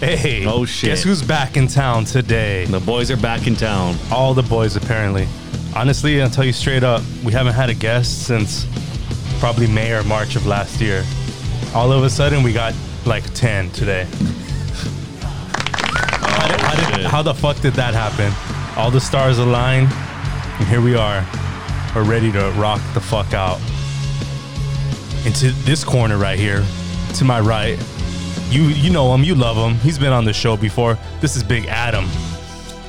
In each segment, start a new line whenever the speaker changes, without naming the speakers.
Hey.
Oh, shit.
Guess who's back in town today?
The boys are back in town.
All the boys, apparently. Honestly, I'll tell you straight up, we haven't had a guest since probably May or March of last year. All of a sudden, we got like 10 today. how, did- how did-
shit.
how the fuck did that happen? All the stars align, and here we are. We're ready to rock the fuck out. Into this corner right here, to my right, you you know him, you love him. He's been on the show before. This is Big Adam.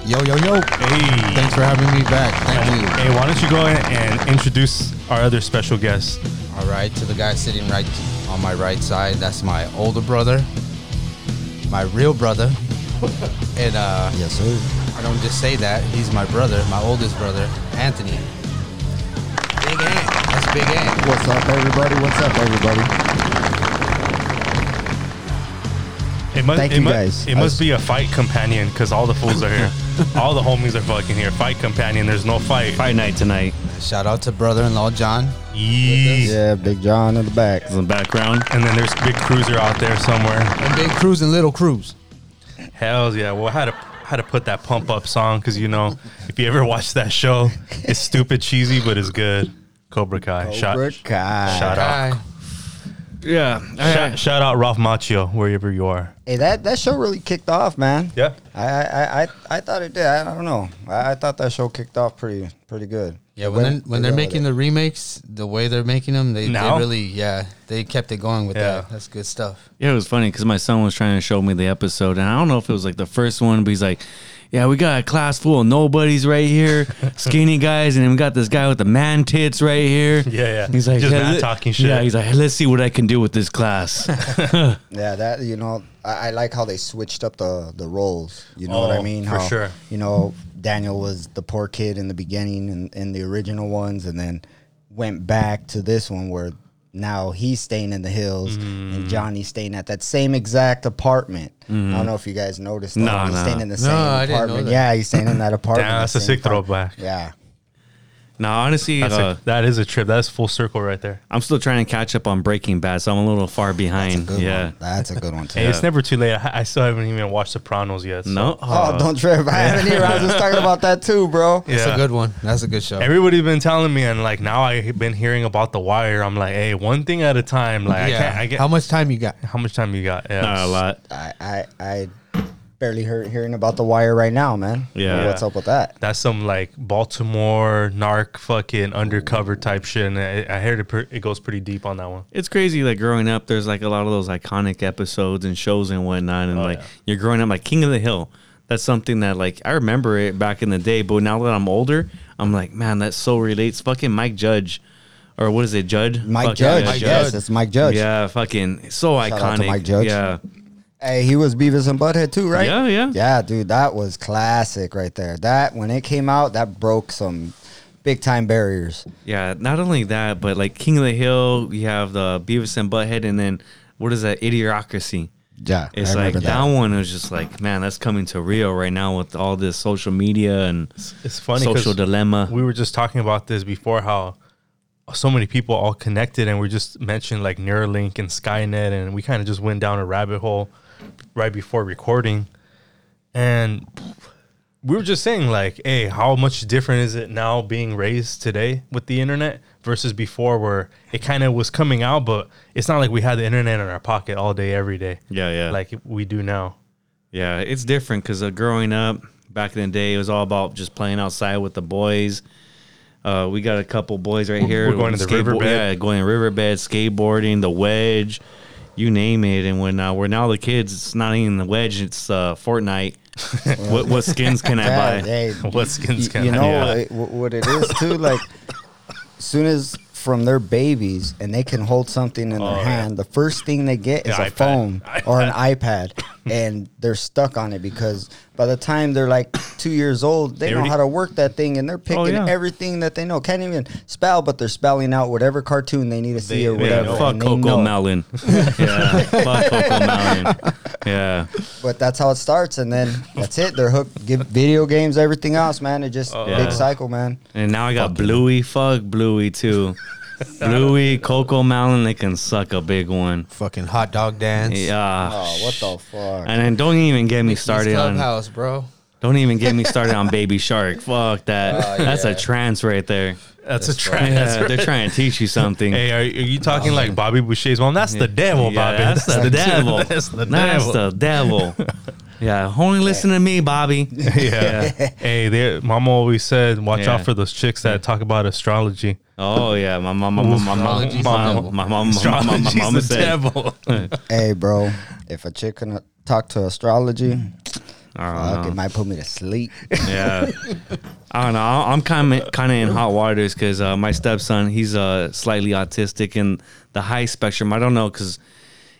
Yo, yo, yo.
Hey.
Thanks for having me back. Thank you.
Hey, why don't you go in and introduce our other special guest?
All right, to the guy sitting right on my right side, that's my older brother, my real brother. And uh,
Yes, sir.
I don't just say that, he's my brother, my oldest brother, Anthony. Big Ant. That's Big Ant.
What's up, everybody? What's up, everybody?
It must,
Thank
it
you,
mu-
guys.
It
I
must
was-
be a fight companion because all the fools are here. all the homies are fucking here. Fight companion. There's no fight.
Fight night tonight.
Shout out to brother-in-law John.
Yee.
Yeah, Big John in the back.
In the background.
And then there's Big Cruiser out there somewhere.
And Big Cruz and Little Cruz.
Hells yeah. Well, I had to, had to put that pump up song because, you know, if you ever watch that show, it's stupid cheesy, but it's good. Cobra Kai.
Cobra
Shout,
Kai.
shout out.
Hi.
Yeah.
Shout, shout out Ralph Macchio, wherever you are.
Hey, that, that show really kicked off, man.
Yeah.
I I, I, I thought it did. I, I don't know. I, I thought that show kicked off pretty pretty good.
Yeah, when they're, when they're making the remakes, the way they're making them, they, they
Now?
really, yeah, they kept it going with
Yeah.
that. That's good stuff.
Yeah, it was funny because my son was trying to show me the episode, and I don't know if it was like the first one, but he's like, "Yeah, we got a class full of nobodies right here, skinny guys, and then we got this guy with the man tits right here."
Yeah, yeah.
He's like,
Just
"Yeah,
man
let-
talking shit."
Yeah, he's like, "Let's see what I can do with this class."
Yeah, that you know, I, I like how they switched up the the roles. You know what
Oh,
I mean?
for
How,
sure.
You know, Daniel was the poor kid in the beginning and in the original ones, and then went back to this one where now he's staying in the hills
Mm.
and Johnny's staying at that same exact apartment. I
Mm-hmm.
don't know if you guys noticed. That.
No,
he's
no.
staying in the
No,
same
I
apartment.
didn't know that.
Yeah, he's staying in that apartment.
Damn, that's
the
a
same
sick
apartment.
throwback.
Yeah.
no, honestly,
That's
uh,
a, that is a trip. That's full circle right there.
I'm still trying to catch up on Breaking Bad, so I'm a little far behind.
Good
yeah.
one. That's a good one too.
Hey, it's never too late. I, I still haven't even watched Sopranos yet. so-
No. Uh,
Oh, don't trip. I haven't either. I was just talking about that too, bro.
Yeah.
That's a good one. That's a good show.
Everybody's been telling me, and like now I've been hearing about The Wire. I'm like, hey, one thing at a time. Like, I can't. I get
How
how,
much time you got?
much time you got? Yeah.
Not a lot.
I, I I barely heard hearing about the wire right now, man.
Yeah.
what's up with that?
That's some like Baltimore narc fucking undercover type shit. And I, I heard it, pre- it goes pretty deep on that one.
It's crazy, like growing up, there's like a lot of those iconic episodes and shows and whatnot. And like
yeah.
you're growing up, like King of the Hill. That's something that like I remember it back in the day, but now that I'm older, I'm like, man, that so relates. Fucking Mike Judge, or what is it, Judge?
Mike
Fuck yeah,
Judge,
Mike
yes,
Judge.
it's Mike Judge.
Yeah, fucking so
Shout out
iconic.
to Mike Judge.
Yeah,
Hey, he was Beavis and Butthead too, right?
Yeah, yeah.
yeah, dude. That was classic right there. That when it came out, that broke some big time barriers.
yeah. Not only that, but like King of the Hill, you have the Beavis and Butthead, and then what is that? Idiocracy.
Yeah,
It's
I
like
remember
that. one was just like, man, that's coming to real right now with all this social media and
It's funny. 'cause
social dilemma.
We were just talking about this before how so many people all connected, and we just mentioned like Neuralink and Skynet, and we kind of just went down a rabbit hole right before recording. And we were just saying, like, hey, how much different is it now being raised today with the internet versus before, where it kind of was coming out, but it's not like we had the internet in our pocket all day, every day.
Yeah, yeah.
Like we do now.
Yeah, it's different because uh, growing up back in the day, it was all about just playing outside with the boys. Uh, we got a couple boys right here.
we're going to the riverbed.
Yeah, going to riverbed, skateboarding, the wedge, you name it. And when uh, we're now the kids, it's not even the wedge; it's uh, Fortnite. what, what skins can I
Yeah,
buy?
hey,
What skins
you,
can
you
I
know
buy?
it- wh- what it is too like soon as from their babies and they can hold something in
Oh, yeah.
their hand the first thing they get is
The
a
iPad.
phone or an ipad and they're stuck on it because by the time they're like two years old they,
They
know
already- Oh,
how to work that thing and they're picking
yeah.
everything that they know can't even spell but they're spelling out whatever cartoon they need to see
They-
or
they
whatever
know.
Yeah, fuck
and they
Coco
know.
Melon. yeah, fuck Coco Melon. Yeah,
but that's how it starts and then that's it they're hooked give video games everything else man it just
Oh,
big
yeah.
cycle man
and now I got Bluey. Fuck Bluey too. Bluey, Coco Melon, they can suck a big one.
Fucking hot dog dance.
Yeah.
Oh, what the fuck?
And then don't even get me started on
Clubhouse, bro.
don't even get me started on Baby Shark. Fuck that.
Oh,
That's
yeah.
a trance right there.
That's, a
Yeah,
trap. That's right.
they're trying to teach you something.
Hey, are, are you talking like Bobby Boucher's mom? That's the devil,
Yeah,
Bobby.
That's the devil.
That's the devil.
That's the devil. Yeah, only listen to me, Bobby.
yeah. Hey, they, Mama always said, watch
Yeah.
out for those chicks that talk about astrology.
Oh yeah, my mom, my mom, my mom, my
Astrology's the
mom,
devil.
my mom, my mom, my
Astrology's
mom
the
said.
devil.
hey, bro, if a chick can talk to astrology,
I
fuck,
don't
it
know.
might put me to sleep.
Yeah, I don't know. I- I'm kind of kind of in hot waters because uh, my stepson, he's uh, slightly autistic in the high spectrum. I don't know because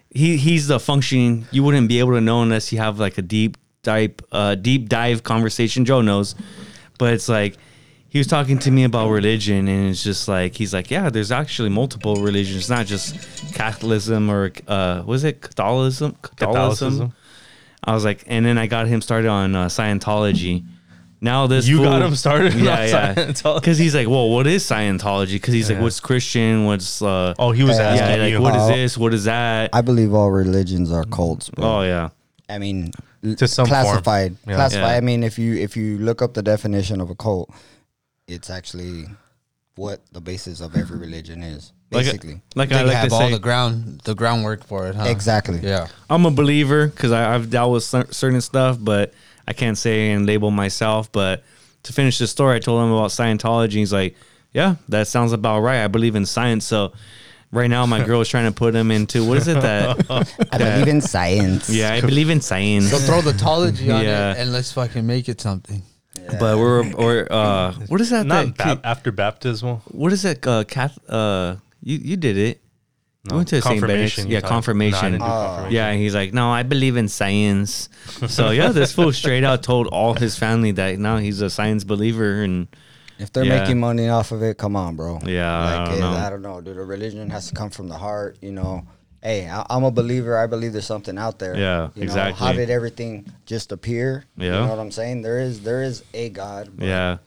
he he's the functioning you wouldn't be able to know unless you have like a deep dive uh, deep dive conversation. Joe knows, but it's like he was talking to me about religion, and it's just like he's like, yeah, there's actually multiple religions, It's not just Catholicism or uh, was it Catholicism?
Catholicism.
I was like, and then I got him started on uh, Scientology. Now this
You
fool-
got him started on
yeah, yeah,
Scientology.
because he's like, well, what is Scientology? Because he's like, what's Christian? What's uh,
Oh, he was
Yeah,
asking
yeah, like
you.
what is
Oh.
this? What is that?
I believe all religions are cults, bro.
oh yeah,
I mean,
To some form.
classified,
Yeah.
classified.
Yeah.
I mean, if you if you look up the definition of a cult, it's actually what the basis of every religion is,
Like-
basically.
like,
They
I like
have
to
all
say,
the ground, the groundwork for it, huh?
exactly.
Yeah.
I'm a believer because I've dealt with cer- certain stuff, but I can't say and label myself. But to finish the story, I told him about Scientology. He's like, "Yeah, that sounds about right. I believe in science." So right now, my girl is trying to put him into what is it that?
I believe in science.
yeah, I believe in science.
So throw the tology on
Yeah.
it and let's fucking make it something.
But we're or uh, what is that?
Not
that
bap- after baptismal.
what is that? Uh, Cath- uh, you you did it. You went to St. Benedict's.
Confirmation, you
Yeah,
type. No, I
confirmation.
didn't do confirmation.
Yeah, and he's like, no, I believe in science. So yeah, this fool straight out told all his family that now he's a science believer, and
If they're
Yeah.
making money off of it, come on, bro.
Yeah, I
Like,
don't
eh,
know.
I don't know, dude. A religion has to come from the heart, you know. Hey, I, I'm a believer. I believe there's something out there.
Yeah,
You know,
exactly.
how did everything just appear? You
Yeah.
know what I'm saying? There is there is a God. but,
yeah,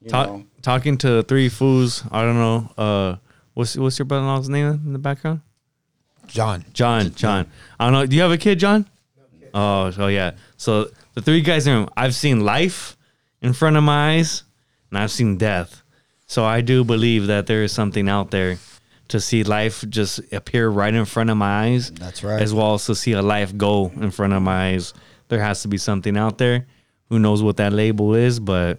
You
Ta-
know.
talking to three fools. I don't know. Uh, what's what's your brother-in-law's name in the background?
John.
John, John. I don't know. Do you have a kid, John? Oh, so yeah. So the three guys in the room. I've seen life in front of my eyes, and I've seen death. So I do believe that there is something out there to see life just appear right in front of my eyes.
That's right.
As well as to see a life go in front of my eyes. There has to be something out there. Who knows what that label is, but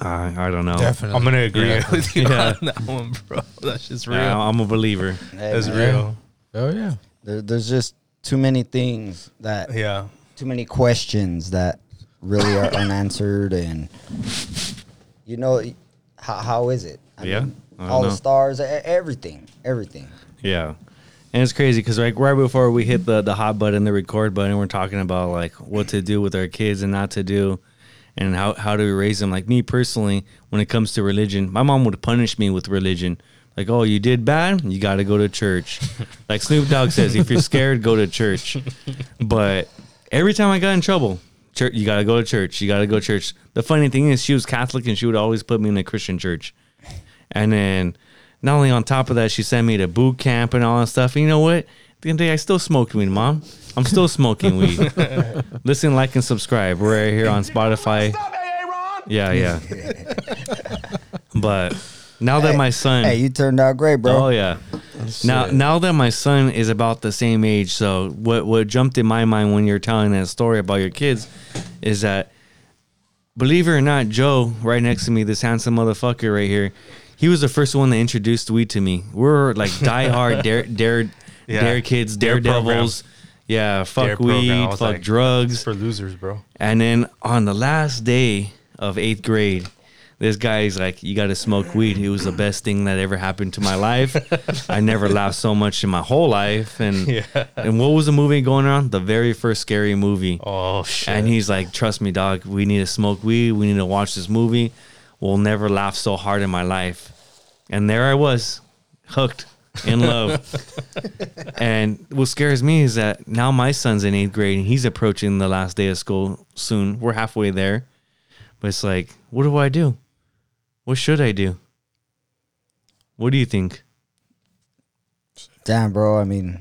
I, I don't know.
Definitely.
I'm gonna agree
Yeah.
with you
Yeah.
on that one, bro. That's just real.
Yeah, I'm a believer.
Hey,
That's
man,
real.
oh yeah.
there- there's just too many things that
Yeah.
too many questions that really are unanswered and you know how, how is it I
Yeah, I
all
know.
the stars e- everything everything
Yeah. And it's crazy because like right before we hit the the hot button, the record button, we're talking about like what to do with our kids and not to do, and how how do we raise them. Like me personally, when it comes to religion, my mom would punish me with religion. Like, oh, you did bad, you got to go to church. like Snoop Dogg says, if you're scared, go to church. But every time I got in trouble, church, you got to go to church. You got to go to church. The funny thing is, she was Catholic and she would always put me in a Christian church. And then not only on top of that, she sent me to boot camp and all that stuff. And you know what? At the end of the day, I still smoked weed, Mom. I'm still smoking weed. Listen, like, and subscribe. We're right here on Spotify. Yeah, yeah. but now that my son.
hey you turned out great bro
Oh yeah. Now now that my son is about the same age, so what what jumped in my mind when you're telling that story about your kids is that believe it or not, Joe right next to me, this handsome motherfucker right here, he was the first one that introduced weed to me. We're like diehard dare dare
Yeah.
dare kids,
Dare program.
daredevils. Yeah,
Dare
fuck
program.
weed,
I was
fuck
like,
drugs.
For losers, bro.
And then on the last day of eighth grade, this guy's like, "You got to smoke weed." It was the best thing that ever happened to my life. I never laughed so much in my whole life. And and what was the movie going on? The very first scary movie.
Oh shit.
And he's like, "Trust me, dog. We need to smoke weed. We need to watch this movie. We'll never laugh so hard in my life." And there I was, hooked in love. And what scares me is that now my son's in eighth grade and he's approaching the last day of school soon. We're halfway there. But it's like, what do I do? What should I do? What do you think?
Damn, bro. I mean,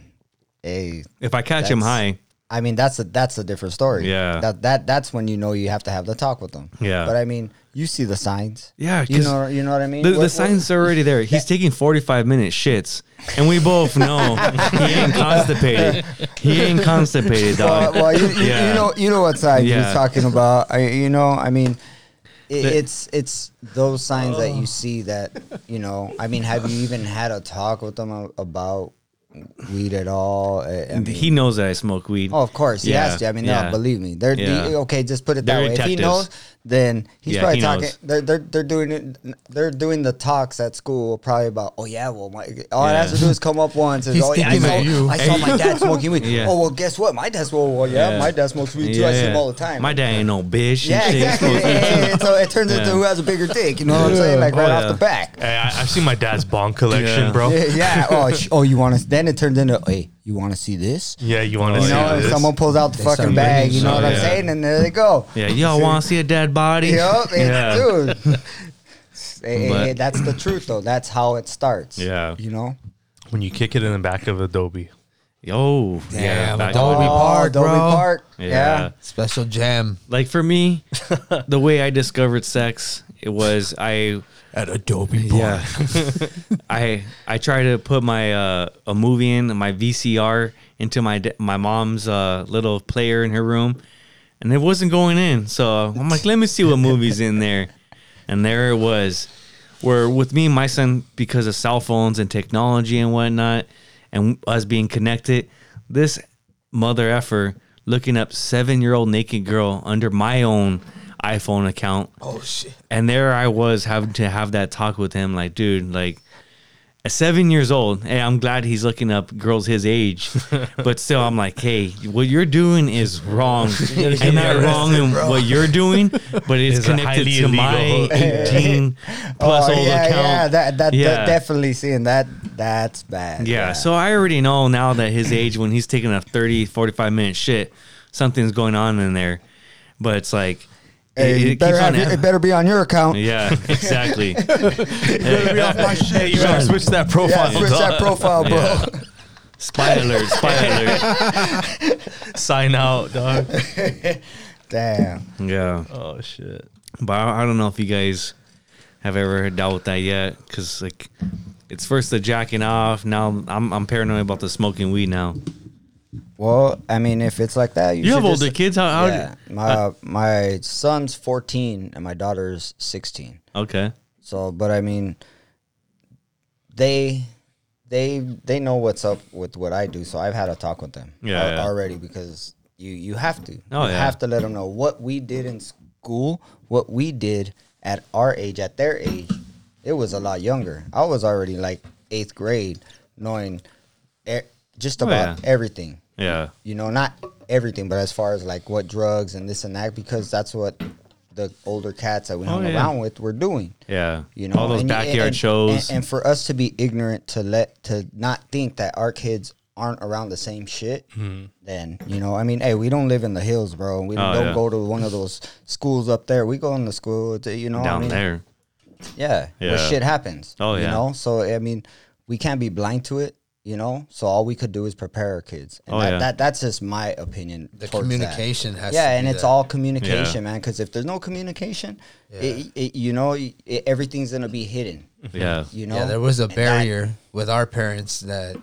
hey,
If I catch him
That's-
high,
I mean that's a that's a different story.
Yeah.
That that that's when you know you have to have the talk with them.
Yeah.
But I mean, you see the signs.
Yeah,
You
'cause
know you know what I mean?
the,
What-
the
what-
signs are already there. He's taking 45 minute shits, and we both know he ain't constipated. He ain't constipated,
Well,
dog.
well, you, you,
Yeah.
you know you know what signs
Yeah.
you're talking about. I, you know, I mean, i it's it's those signs that you see that you know. I mean, have you even had a talk with them a- about weed at all? I, I mean,
He knows that I smoke weed.
Oh, of course, he
Yeah,
has to. I mean,
yeah.
no, believe me. They're
Yeah.
the, okay. Just put it that
They're
way. If he
detectives.
knows, then he's
Yeah,
probably
he
talking.
knows.
They're, they're they're doing it. They're doing the talks at school probably about. Oh yeah, well, my, all I have to
Yeah.
do is come up once. And,
He's
oh, yeah, I
thinking
saw,
about you."
I saw my dad smoking weed.
Yeah.
Oh well, guess what? My dad smoked. Well, yeah,
Yeah.
my dad smokes weed too. I see him all the time.
My dad ain't no bitch. and
Yeah,
shit. He
exactly.
smokes weed.
And- and so it turns into
Yeah.
who has a bigger dick. You know what I'm saying? Like right
Oh,
off
yeah.
the back.
Hey, I, I've seen my dad's bong collection,
Yeah.
bro.
Yeah. yeah. Oh, sh- oh, you want to? Then it turns into, hey, you want to see this?
Yeah, you
Oh,
want to
You
see
know, if
this?
someone pulls out the
start
fucking
bringing
bag, you know
some-
what I'm
yeah.
saying? And there they go.
Yeah, y'all want to see a dead body?
Yup, and
yeah.
dude. eh, eh,
But-
eh, that's the truth, though. That's how it starts.
Yeah.
you know.
when you kick it in the back of Adobe.
Yo.
Damn,
back-
dog. Dolby Park,
Dolby
bro.
Oh, Park.
Yeah.
Yeah.
Special jam
Like for me, the way I discovered sex, it was I
at Adobe.
Yeah. I I try to put my uh, a movie in my VCR into my da- my mom's uh, little player in her room, and it wasn't going in. So I'm like, let me see what movies in there, and there it was. Where with me and my son, because of cell phones and technology and whatnot, and us being connected, this mother effer looking up seven year old naked girl under my own iPhone account
Oh shit.
and there I was having to have that talk with him, like, dude, like, at seven years old, and I'm glad he's looking up girls his age, but still, I'm like, hey, what you're doing is wrong, and not wrong in what you're doing, but it's,
It's a
connected
highly
to my
illegal-
18 plus
oh
old
yeah,
account.
yeah. That that,
Yeah.
that definitely seeing that. That's bad.
Yeah, so I already know now that his age, when he's taking a 30, 45 minute shit, something's going on in there. But it's like, it-
Hey,
it,
you better
keeps on
have your-
em-
it better be on your account. Yeah,
Yeah, exactly.
Hey, you gotta switch that profile.
switch that profile, bro.
Yeah. Spy alert, spy alert.
Sign out, dog.
Damn.
Yeah.
Oh shit.
But I I don't know if you guys have ever dealt with that yet. Because, like, it's first the jacking off. Now I'm, I'm paranoid about the smoking weed now.
Well, I mean, if it's like that, you,
You
should
have
just-
older kids? How? how
Yeah, my my son's 14 and my daughter's 16.
Okay.
So, but I mean, they they they know what's up with what I do. So I've had a talk with them
Yeah,
al-
yeah.
already because you you have to
Oh,
you
yeah.
have to let them know what we did in school, what we did at our age, at their age. It was a lot younger. I was already like eighth grade, knowing e- just
Oh,
about
yeah.
everything
Yeah.
you know, not everything, but as far as like what drugs and this and that, because that's what the older cats that we hung
Oh, yeah.
around with were doing.
Yeah.
You know,
all those
And-
backyard
and-
shows.
and, and for us to be ignorant to let to not think that our kids aren't around the same shit, then you know, I mean, hey, we don't live in the hills, bro. We
Hmm. Oh,
don't
yeah.
go to one of those schools up there. We go in the school, to, you know, I
down
mean,
there.
yeah, where
Yeah.
shit happens.
Oh, yeah.
you know. So I mean, we can't be blind to it. You know, so all we could do is prepare our kids. And
Oh,
that,
yeah.
that that's just my opinion.
The
towards that.
communication has to
Yeah,
be
and it's
there.
all communication, man. Because if there's no communication, it, it, you know, it, everything's gonna be hidden.
Yeah.
You know.
Yeah, there was a
And that-
barrier with our parents that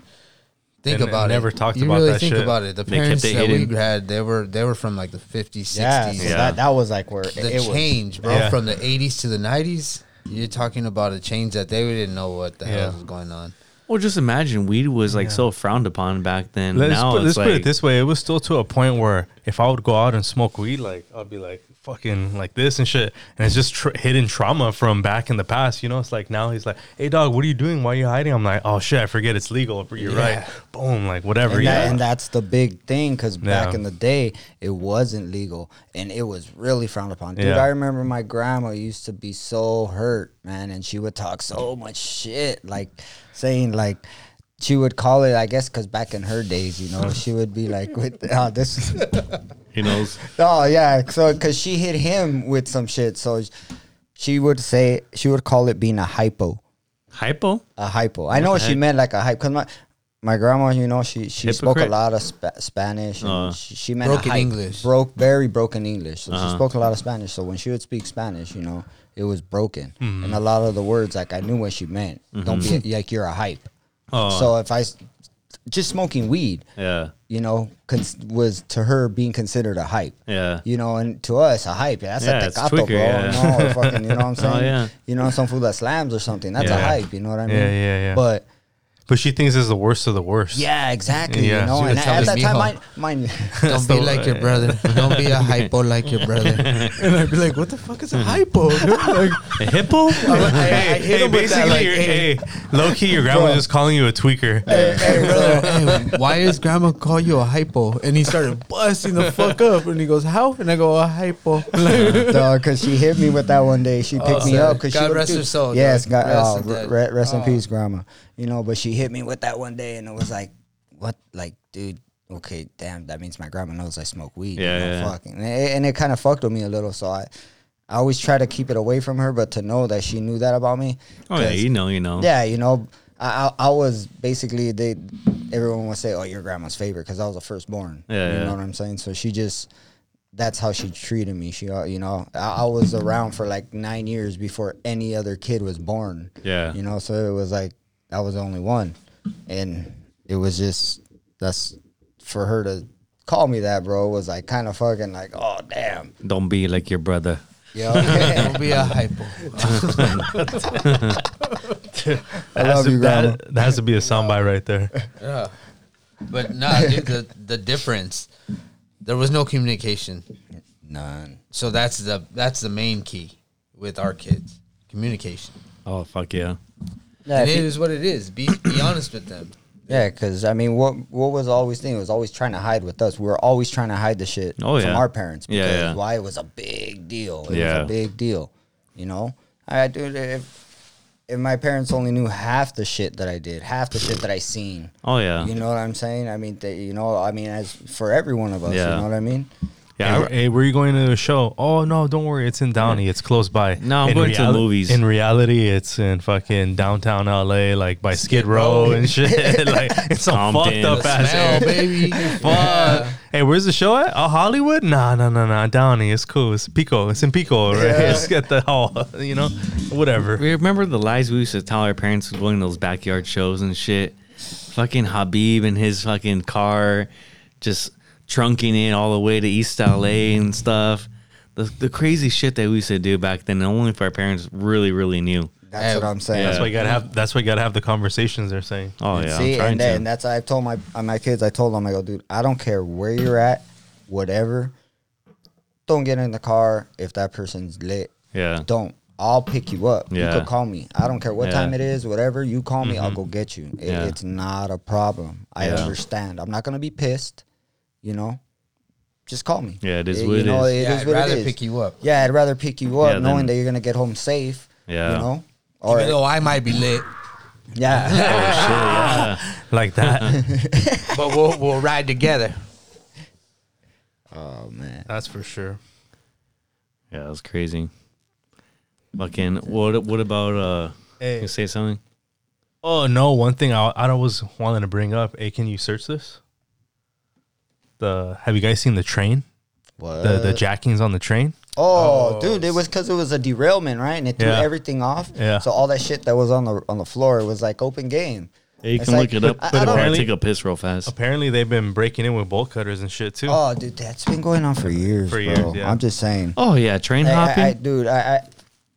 think
And-
about
and
it.
never talked
you
about
really
that
think
shit.
about it. The
They kept
parents
it
that
hidden.
we had, they were they were from like the 50s, 60s.
yeah, so
Yeah.
That, that was like where
The
it was.
change, bro,
Yeah.
from the 80s to the 90s. You're talking about a change that they didn't know what the
Yeah.
hell was going on.
Well, just imagine weed was like so frowned upon back then.
Let's,
now
put,
it's
let's
like,
put it this way: it was still to a point where if I would go out and smoke weed, like I'd be like fucking like this and shit, and it's just tr- hidden trauma from back in the past. You know, it's like now he's like, "Hey, dog, what are you doing? Why are you hiding?" I'm like, "Oh shit, I forget it's legal." You're
Yeah.
right. Boom, like whatever.
And,
yeah,
that, and that's the big thing because back
Yeah.
in the day, it wasn't legal and it was really frowned upon. Dude,
Yeah.
I remember my grandma used to be so hurt, man, and she would talk so much shit, like saying, like, she would call it, I guess, because back in her days, you know, she would be like, with, oh, this,
You know, it's-
oh, yeah. So, because she hit him with some shit. So she would say, she would call it being a hypo.
Hypo?
A hypo. I know what she meant, like a hype. Cause my my grandma, you know, she she spoke a
Hypocrite? Uh.
lot of spa- Spanish. And she, she meant a
Broken
hype.
English.
broke very broken English. So
Uh-huh.
she spoke a lot of Spanish. So when she would speak Spanish, you know, it was broken,
Hmm.
and a lot of the words, like I knew what she meant. Don't be like you're a hype.
Mm-hmm. Oh.
So if I s- just smoking weed,
Yeah.
you know, cons- was to her being considered a hype.
Yeah.
You know, and to us, a hype. That's
Yeah,
a
it's
tecato,
tweaker,
bro.
yeah. Oh,
No, or fucking, you know what I'm saying?
yeah.
You know, some food that slams or something. That's a
Yeah.
hype. You know what I mean?
Yeah, yeah, yeah.
But
But she thinks it's the worst of the worst.
yeah, exactly.
Yeah.
You know,
She
and
was
at, at that
telling
time,
me,
mine, mine
Don't
the
be like your
way.
brother. Don't be a hypo like your brother. uh, And I'd be like, what the fuck is a hypo? dude?" Like,
A hippo? Oh,
I, I, I
Hey,
hit
hey
him with that,
basically,
like,
you're,
hey,
hey, low key, your grandma's just calling you a tweaker.
hey, hey, brother, hey, why is grandma call you a hypo? And he started busting the fuck up. And he goes, how? And I go, a hypo. Like,
dog, because she hit me with that one day. She picked me
sir.
up because she
Oh, God
would-
rest her
dude,
soul,
Yes,
dog.
God,
Rest
oh,
in
re-
that-
re- rest in peace, grandma. You know, but she hit me with that one day, and it was like, what, like, dude. Okay, damn. That means my grandma knows I smoke weed. you
Yeah,
know,
yeah.
fucking- And it, and it kind of fucked with me a little. So I, I always try to keep it away from her, but to know that she knew that about me.
Oh, yeah,
'cause-
you know, you know.
yeah, you know, I, I I was basically they everyone would say, "Oh, your grandma's favorite," because I was the firstborn.
Yeah,
you
yeah.
know what I'm saying. So she just that's how she treated me. She, uh, you know, I, I was around for like nine years before any other kid was born.
Yeah.
you know, so it was like I was the only one, and it was just that's for her to call me that, bro. Was like kind of fucking like, oh damn,
Don't be like your brother.
yeah.
Don't be a hypo.
I
love you, grandma.
That, that has to be a soundbite right there.
Yeah. But nah, dude, the, the difference, there was no communication.
none.
So that's the that's the main key with our kids. Communication.
Oh, fuck yeah.
Yeah,
and
if
it
you-
is what it is. Be be honest with them.
Yeah, because I mean, what what was the always thing? It was always trying to hide with us. We were always trying to hide the shit
Oh,
from
yeah.
our parents
Yeah,
because
yeah.
why it was a big deal. It
Yeah.
was a big deal, you know. I dude, if if my parents only knew half the shit that I did, half the shit that I seen,
Oh, yeah.
you know what I'm saying? I mean, they, you know, I mean, as for every one of us,
Yeah.
you know what I mean?
Hey,
yeah.
wh- hey, where are you going to the show? Oh no, don't worry, it's in Downey. It's close by.
No, I'm
In
going to the
reali-
movies.
In reality, it's in fucking downtown LA, like by Skid Row and shit. like it's a
Compton.
fucked up ass
Smell,
area.
baby.
Fuck. Hey, where's the show at? Oh, Hollywood? Nah, nah, nah, nah. Downey. It's cool. It's Pico. It's in Pico, right? It's at the hall. You know, whatever.
We remember the lies we used to tell our parents going to those backyard shows and shit. Fucking Habib in his fucking car, just trunking it all the way to East LA and stuff. The, the crazy shit that we used to do back then, and only if our parents really, really knew.
That's
Yeah.
what I'm saying.
That's why you gotta have. That's why you gotta have the conversations. They're saying.
Oh, yeah.
See,
I'm trying
and, then,
to.
that's I've told my uh, my kids. I told them, I go, dude, I don't care where you're at, whatever. Don't get in the car if that person's lit.
Yeah.
Don't. I'll pick you up.
Yeah.
You could call me. I don't care what
Yeah. Mm-hmm.
time it is, whatever. You call me, I'll go get you. It-
Yeah.
It's not a problem. I
Yeah.
understand. I'm not gonna be pissed. You know, just call me. Eh,
Yeah, it is
you
what it
know,
is.
it
yeah,
is
I'd
what it
rather
is.
pick you up.
Yeah, I'd rather pick you up
Yeah,
knowing
than-
that you're gonna get home safe.
Yeah.
You know.
Even
Or
though I might be lit,
yeah.
Like that.
but we'll we'll ride together.
oh man.
that's for sure.
Yeah, that's crazy. Fucking, what What about, uh,
Hey.
you say something?
Oh no! One thing I I was wanting to bring up. Hey, can you search this? The Have you guys seen the train?
What?
The the jackings on the train.
Oh, dude, it was because it was a derailment, right? And it threw
Yeah.
everything off.
Yeah.
So all that shit that was on the on the floor was like open game.
Hey, you
It's
can
like-
look it up.
I- I
But
don't-
I, take a piss real fast.
Apparently, they've been breaking in with bolt cutters and shit too.
Oh, dude, that's been going on for years,
For
bro.
years, yeah.
I'm just saying.
Oh, yeah. Train
I- I,
hopping?
I, dude, I, I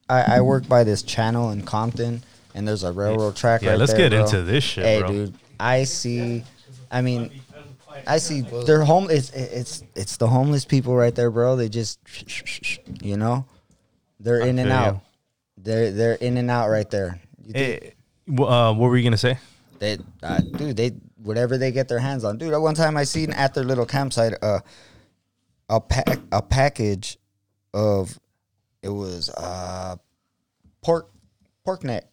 I I work by this channel in Compton, and there's a railroad track.
Yeah,
right
let's
there,
get
bro.
into this shit,
Hey,
bro.
dude, I see. I mean, I see they're home. It's it's it's the homeless people right there, bro. They just, you know, they're in
feel
and
you.
out. They're they're in and out right there. You think-
Hey, wh- uh, what were you gonna say?
They, uh, dude, they whatever they get their hands on, dude. At one time, I seen at their little campsite uh, a pack a package of it was uh pork pork neck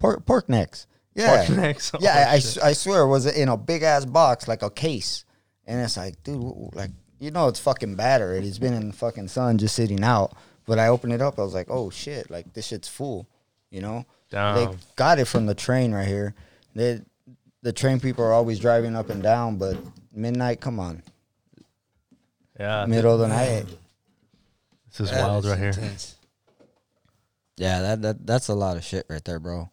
pork pork necks. Yeah,
Pork necks. Oh,
yeah, I, I s- I swear it was in a big ass box like a case, and it's like, dude, w- like you know it's fucking battered. It's been in the fucking sun just sitting out. But I opened it up, I was like, oh shit, like this shit's full. You know, they
Damn.
got it from the train right here. They, the train people are always driving up and down, but midnight, come on,
Yeah,
middle of the night.
this is wild right here.
Yeah, that, that that's a lot of shit right there, bro.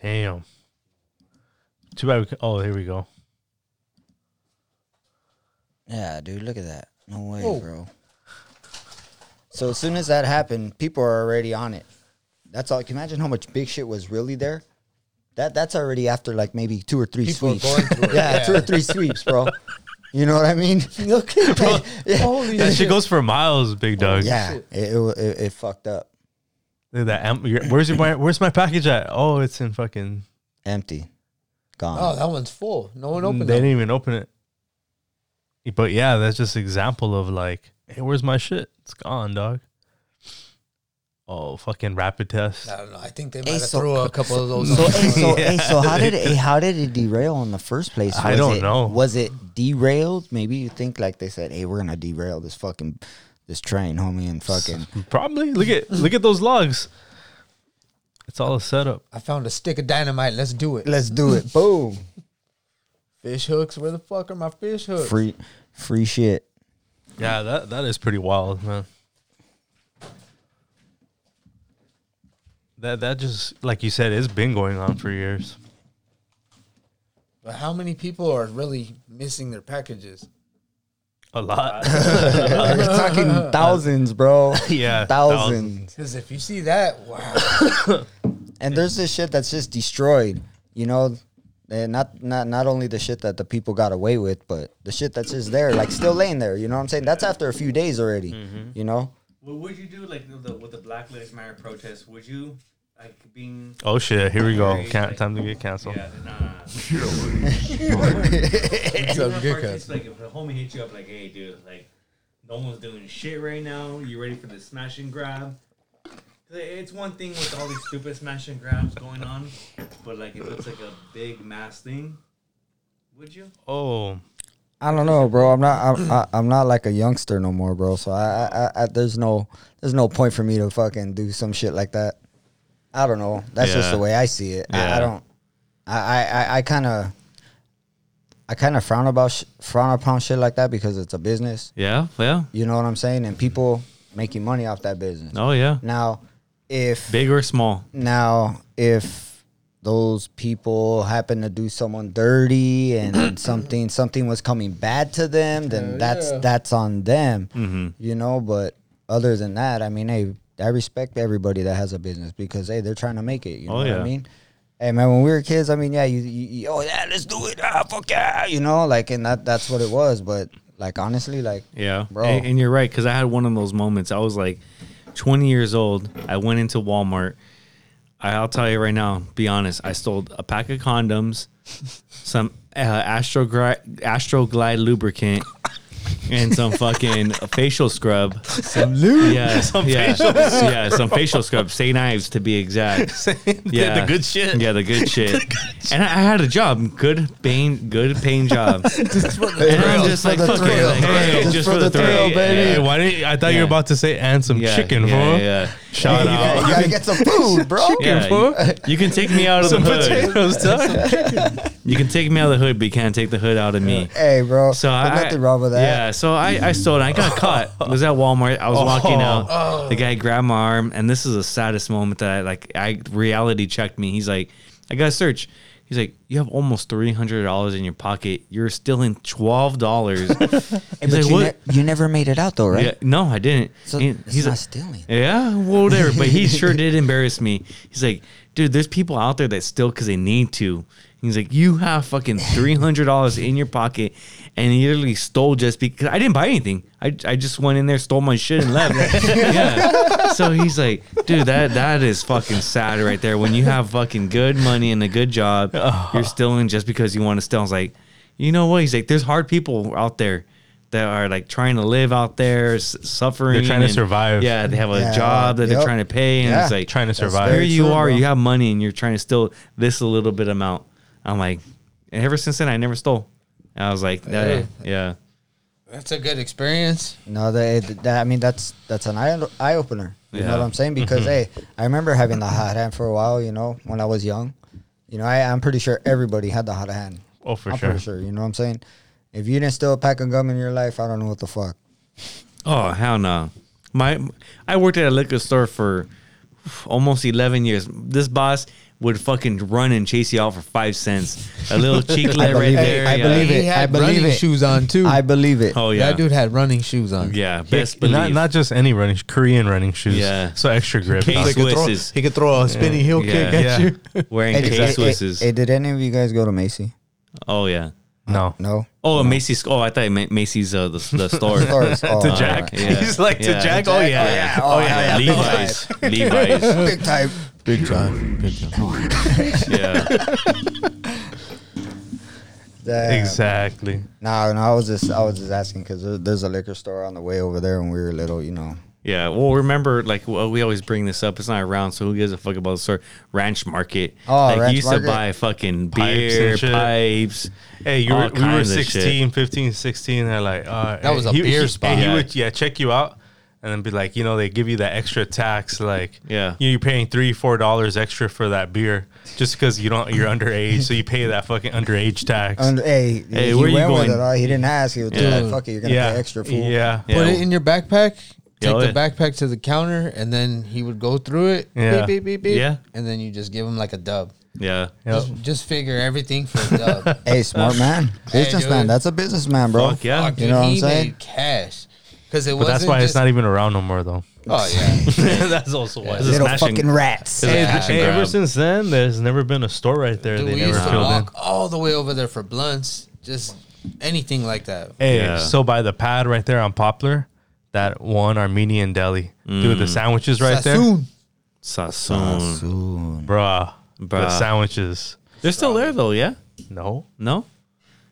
Damn. Too bad. We c oh, here we go.
Yeah, dude, look at that. No way,
Whoa.
bro. So as soon as that happened, people are already on it. That's all. Can you imagine how much big shit was really there? That that's already after like maybe two or three
People are
sweeps.
going through it,
yeah,
yeah.
two or three sweeps, bro. You know what I mean? look at that.
Holy
That shit
shit.
goes for miles, big dog.
Yeah, it, it, wa- it it fucked up.
Look at that. am- your- Where's your where's my package at? Oh, it's in fucking.
Empty, gone.
Oh, that one's full. No one
They
opened
didn't
it.
even open it. But yeah, that's just example of like, hey, where's my shit? It's gone, dog. Oh, fucking rapid test.
I don't know. I think they might
Hey,
have
so-
threw a couple of those.
So,
on.
hey, so, hey, so how did it, hey, how did it derail in the first place?
I
Was
don't
it-
know.
Was it derailed? Maybe you think like they said, "Hey, we're gonna derail this fucking this train, homie," and fucking
Probably. Look at look at those logs. It's all a setup.
I found a stick of dynamite. Let's do it.
let's do it. Boom,
Fish hooks. Where the fuck are my fish hooks?
free free shit.
Yeah, that that is pretty wild, man. That that just like you said, it's been going on for years.
But how many people are really missing their packages?
A lot.
We're talking thousands, bro.
yeah.
Thousands.
Because if you see that, wow.
And there's this shit that's just destroyed. You know, and not not not only the shit that the people got away with, but the shit that's just there, like still laying there. You know what I'm saying? That's after a few days already.
Mm-hmm.
You know.
What would you do like the, with the Black Lives Matter protest? Would you like being
Oh shit, here we go. Can't, time to get canceled.
nah. nah.
Some good cuts.
like if a homie hit you up like, hey dude, like no one's doing shit right now. You ready for the smash and grab? 'Cause It's one thing with all these stupid smash and grabs going on, but like if it's like a big mass thing, would you?
Oh,
I don't know, bro. I'm not. I'm, I, I'm not like a youngster no more, bro. So I, I, I, I, there's no, there's no point for me to fucking do some shit like that. I don't know. That's just
Yeah.
the way I see it. I,
Yeah.
I don't. I, I, I- I kind of, I kind of frown about sh- frown upon shit like that because it's a business.
Yeah, yeah.
You know what I'm saying? And people making money off that business.
Oh yeah.
Now, if
Big or small.
now, if those people happen to do someone dirty and something something was coming bad to them, then
Hell
that's
yeah.
that's on them.
Mm-hmm.
You know, but other than that, I mean, hey, I respect everybody that has a business because hey, they're trying to make it. You know
Oh,
what I
yeah.
mean? Hey man, when we were kids, I mean, yeah, you, you, you- oh yeah, let's do it, ah, fuck yeah, you know, like, and that that's what it was. But like, honestly, like,
Yeah,
Bro.
And, and you're right because I had one of those moments. I was like, 20 years old. I went into Walmart. I, I'll tell you right now. Be honest. I stole a pack of condoms, some uh, Astro Glide lubricant, and some fucking facial scrub. Some lube. Yeah, some yeah, facial. yeah, some facial scrub. Say knives to be exact. Yeah,
the good shit.
Yeah, the good shit. and I, I had a job. Good pain. Good paying job. And I'm just like,
the
fuck it,
thrill.
like, hey,
Just
just for the thrill, baby.
Hey, why didn't I thought you
Yeah.
were about to say and some
Yeah,
chicken,
yeah,
bro?
yeah, yeah.
Shout
you,
out.
gotta, you gotta get some food, bro.
Yeah,
fool.
you, you can take me out of the
Some
hood.
potatoes, dog.
You can take me out of the hood, but you can't take the hood out of me.
Hey, bro.
So
there's
I,
nothing wrong with that.
Yeah, so I, I stole it. I got caught. It was at Walmart. I was
Oh.
walking out. The guy grabbed my arm, and this is the saddest moment that I like. I reality checked me. He's like, I got a search. He's like, you have almost three hundred dollars in your pocket. You're still in twelve dollars. He's
but
like,
you,
what?
ne- you never made it out though, right?
Yeah, no, I didn't.
So
He-
it's
he's
not
like,
stealing.
Yeah, well, whatever. But he sure did embarrass me. He's like, dude, there's people out there that steal because they need to. He's like, you have fucking three hundred dollars in your pocket, and he literally stole just because I didn't buy anything. I, I just went in there, stole my shit, and left. yeah. So he's like, dude, that that is fucking sad right there. When you have fucking good money and a good job,
Oh.
you're stealing just because you want to steal. I was like, you know what? He's like, there's hard people out there. That are like trying to live out there, s- suffering.
They're trying to
and-
survive.
Yeah, they have a
Yeah,
job that
yep.
they're trying to pay, and
Yeah.
it's like
Trying to
That's
survive.
here
very
you
true,
are,
bro.
you have money, and you're trying to steal this a little bit amount. I'm like, and ever since then, I never stole. I was like, that, yeah,
That's a good experience.
No, they, that I mean that's that's an eye eye opener. You know
Yeah. Mm-hmm.
what I'm saying? Because hey, I remember having the hot hand for a while. You know, when I was young, you know, I, I'm pretty sure everybody had the hot hand.
Oh, for
I'm
sure.
pretty sure. You know what I'm saying? If you didn't steal a pack of gum in your life, I don't know what the fuck.
Oh hell no! My I worked at a liquor store for almost eleven years. This boss would fucking run and chase you out for five cents. A little cheeklet right
believe it.
there.
I
yeah.
believe
Uh, He
it. I
had
believe
running
it.
shoes on too.
I believe it.
Oh yeah,
That dude had running shoes on.
yeah. Best believe.
Not not just any running, sh- Korean running shoes.
Yeah.
So extra grip.
K
Like,
He could, throw,
Swisses.
he could throw a spinning heel
Yeah.
kick at
Yeah.
you.
wearing
Hey,
K
hey, hey,
Swisses.
hey, did any of you guys go to Macy?
oh yeah.
no.
No.
Oh Macy's. Oh I thought you meant Macy's uh, the the store.
Stores. Oh,
To
all
Jack.
right.
Uh, Yeah.
He's like,
Yeah.
to Jack? Oh, yeah.
Oh, yeah.
Levi's. Levi's.
Big time.
Big time. Big time.
Yeah.
Damn.
Exactly.
No, no, I was just I was just asking because there's a liquor store on the way over there when we were little. You know.
Yeah. Well, remember, like well, we always bring this up. It's not around, so who gives a fuck about the store? Ranch Market.
Oh,
like, you
Ranch
used
Market.
to buy fucking
Pipes and
beer
shit.
pipes.
Hey, you
all
were, we were
kinds of shit.
16, 15, 16. They're like, uh,
That was a
he,
beer
he,
spot.
and he
Yeah.
would, yeah, check you out and then be like, you know, they give you that extra tax. Like,
Yeah.
you know, you're paying three, four dollars extra for that beer just because you don't, you're underage. So you pay that fucking underage tax.
And, hey,
Hey,
he
where you
went
going?
with it. all. He didn't ask. He was just
Yeah.
like, "Fuck it, you're gonna
yeah.
pay extra fool."
Yeah.
Yeah.
Put it in your backpack. Take
Yeah, oh,
the
yeah.
backpack to the counter, and then he would go through it.
Yeah.
Beep, beep, beep, beep.
Yeah.
And then you just give him like a dub.
Yeah.
Yep.
Just, just figure everything for a dub.
Hey, smart man,
Hey,
businessman.
dude.
That's a businessman, bro.
Fuck yeah.
Fuck,
You know what I'm
he
saying?
made cash. Because it
But
wasn't
that's why it's
just,
not even around no more, though.
Oh, yeah.
that's also why.
It's a
Little
smashing-
fucking
it's
rats.
a
Hey,
Yeah.
th- hey, ever
grab.
since then, there's never been a store right there.
Dude,
they
we
never
used to
filled in.
walk all the way over there for blunts. Just anything like that.
Hey,
Yeah.
so by the pad right there on Poplar, that one Armenian deli, dude, the sandwiches right there,
Sassoon.
Sassoon.
Soon.
bruh, The
Bruh.
sandwiches,
They're still there though. Yeah.
no,
No.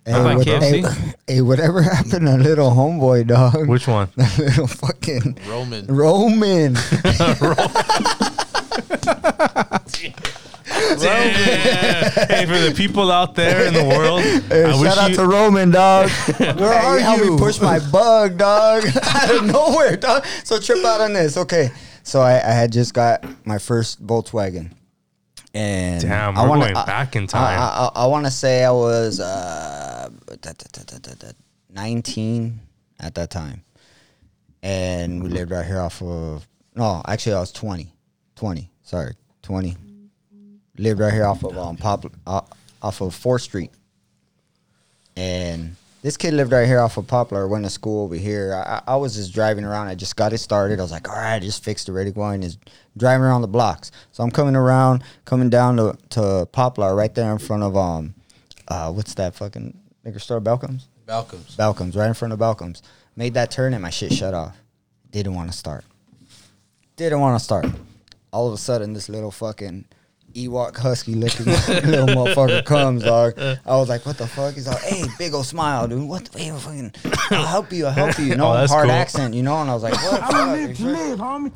Hey,
How about
what- hey,
KFC?
hey, whatever happened to little homeboy dog?
which one?
little fucking
Roman.
Roman?
hey, for the people out there in the world,
Hey,
I wish
shout out
you,
to Roman, dog. Where
are
How
you?
we push my bug, dog? out of nowhere, dog. So trip out on this. Okay. So I, I had just got my first Volkswagen. And
Damn,
I
we're
wanna,
going
I-
back in
I-
time.
I, I, want to say I was uh, da- da- da- da- da- da- 19 at that time. And we lived right here off of, no, actually I was 20. 20, sorry, 20. Lived right here off of um, Pop, uh, off of 4th Street and this kid lived right here off of Poplar. Went to school over here. I, I I was just driving around. I just got it started. I was like, all right, I just fixed the radio going. Is driving around the blocks. So I'm coming around, coming down to, to Poplar, right there in front of um, uh, what's that fucking liquor store? Belcoms.
Balcoms.
Balcoms, right in front of Balcoms. Made that turn and my shit shut off. Didn't want to start. Didn't want to start. All of a sudden, this little fucking Ewok husky looking little motherfucker comes, dog. I was like, what the fuck? He's like, hey, big old smile, dude. What the hey, fucking, I'll help you, I'll help you. You know,
Oh, that's
hard
cool.
accent, you know? And I was like, what the fuck? You sure?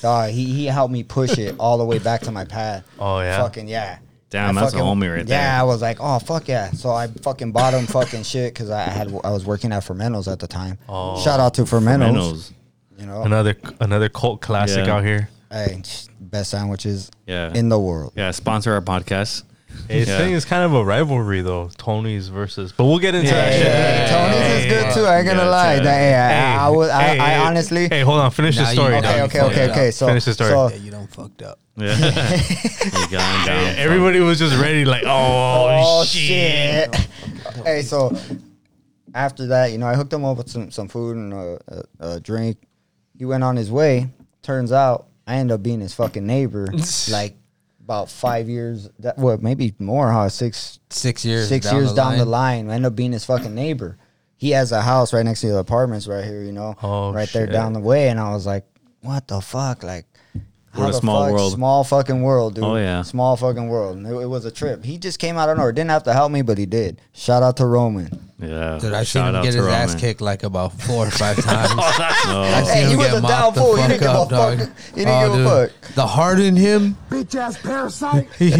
Dog, he, he helped me push it all the way back to my pad.
Oh, yeah?
Fucking, yeah.
Damn,
I
that's a
fucking-
homie right
Yeah, I
there.
was like, oh fuck yeah! So I fucking bought him fucking shit because I had I was working at Fermentos at the time.
Oh,
Shout out to Fermentos.
Mennos.
You know,
another another cult classic
Yeah.
out here.
hey, best sandwiches
Yeah.
in the world.
Yeah. Sponsor our podcast.
It's
Yeah.
thing is kind of a rivalry though, Tony's versus, but we'll get into that shit.
Hey, Tony's is good too. I ain't gonna
Yeah,
lie.
it's, uh,
That- hey, I-
Hey,
I, I, was, I,
hey,
I
hey,
honestly.
Hey, hold on, finish the
Now you-
story.
okay,
dog.
okay, okay, okay. So,
Finish the story.
so
Yeah, you don't fucked up.
Yeah. You got 'em down.
Everybody was just ready, like, oh,
Oh
shit.
shit! hey, so after that, you know, I hooked him up with some some food and a, a, a drink. He went on his way. Turns out, I end up being his fucking neighbor, like about five years. That well, maybe more, huh? Six
Six years.
six years down the line, end up being his fucking neighbor. He has a house right next to the apartments right here, you know,
Oh,
right there
shit.
down the way. And I was like, what the fuck? Like, how
What a
the
small
fuck-
world.
Small fucking world, dude.
Oh, yeah.
Small fucking world. And it, it was a trip. He just came out of nowhere. Didn't have to help me, but he did. Shout out to Roman.
Yeah.
Dude, I've seen
Shout
him
out
get
to
his ass
Roman.
kicked like about four or five times.
Oh,
Hey,
Seen
he
him
was
get
a
mopped
down
the
fool. He
fuck
didn't give a
up,
fuck.
dog. Oh,
He didn't give a
dude.
fuck.
The heart in him,
bitch ass parasite.
he,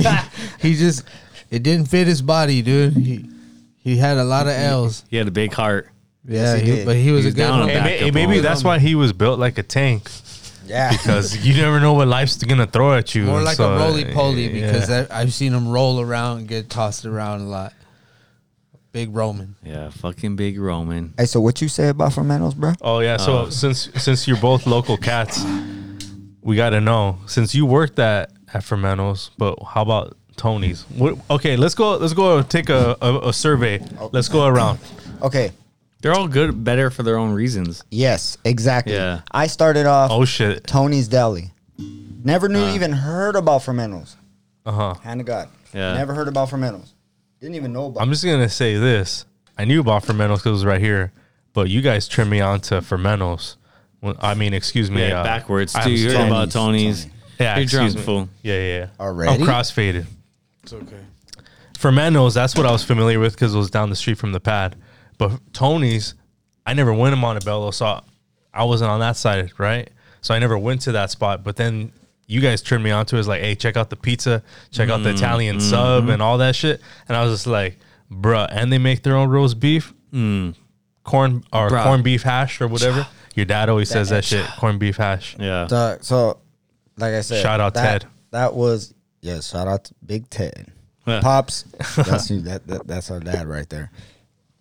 he just, it didn't fit his body, dude. He, he had a lot of L's.
he had a big heart.
Yeah,
Yes, he
he-
did.
but he was
He was
a good
down on
one.
that.
And,
back
may- and
up
maybe
on
that's
him.
why he was built like a tank
Yeah.
because you never know what life's gonna throw at you.
More
and
like
so,
a roly poly because
yeah.
I- I've seen him roll around and get tossed around a lot. Big Roman.
Yeah, fucking big Roman.
Hey, so what you say about Fermentos, bro?
Oh yeah. So since since you're both local cats, we got to know since you worked at at Fermentos, but how about Tony's? What, okay, let's go. Let's go take a a, a survey.
Oh.
Let's go around.
Okay.
They're all good, better for their own reasons.
Yes, exactly.
Yeah.
I started off
Oh shit.
Tony's Deli. Never knew
Uh-huh.
even heard about Fermentos.
Uh huh.
Hand of God.
Yeah.
Never heard about Fermentos. Didn't even know about.
I'm just gonna say this. I knew about Fermentos because it was right here, but you guys turned me on to Fermentos. When, I mean, excuse me.
Yeah,
uh,
backwards.
I
Dude,
was
you heard
drunk.
about Tony's.
Yeah,
You're
excuse
drunk,
me.
fool.
Yeah, yeah, yeah.
Already?
I'm crossfaded.
It's okay.
Fermentos, that's what I was familiar with because it was down the street from the pad. But Tony's, I never went to Montebello, so I wasn't on that side, right? So I never went to that spot. But then you guys turned me on to it. It's like, hey, check out the pizza, check out the Italian sub and all that shit. And I was just like, bruh, and they make their own roast beef, Mm. corn or
Bruh.
corn beef hash or whatever. Your dad always says that shit, corn beef hash.
Yeah.
So, so, like I said,
Shout out
that,
Ted.
That was yeah. Shout out to Big Ted,
Yeah.
pops. That's you- that, that that's our dad right there.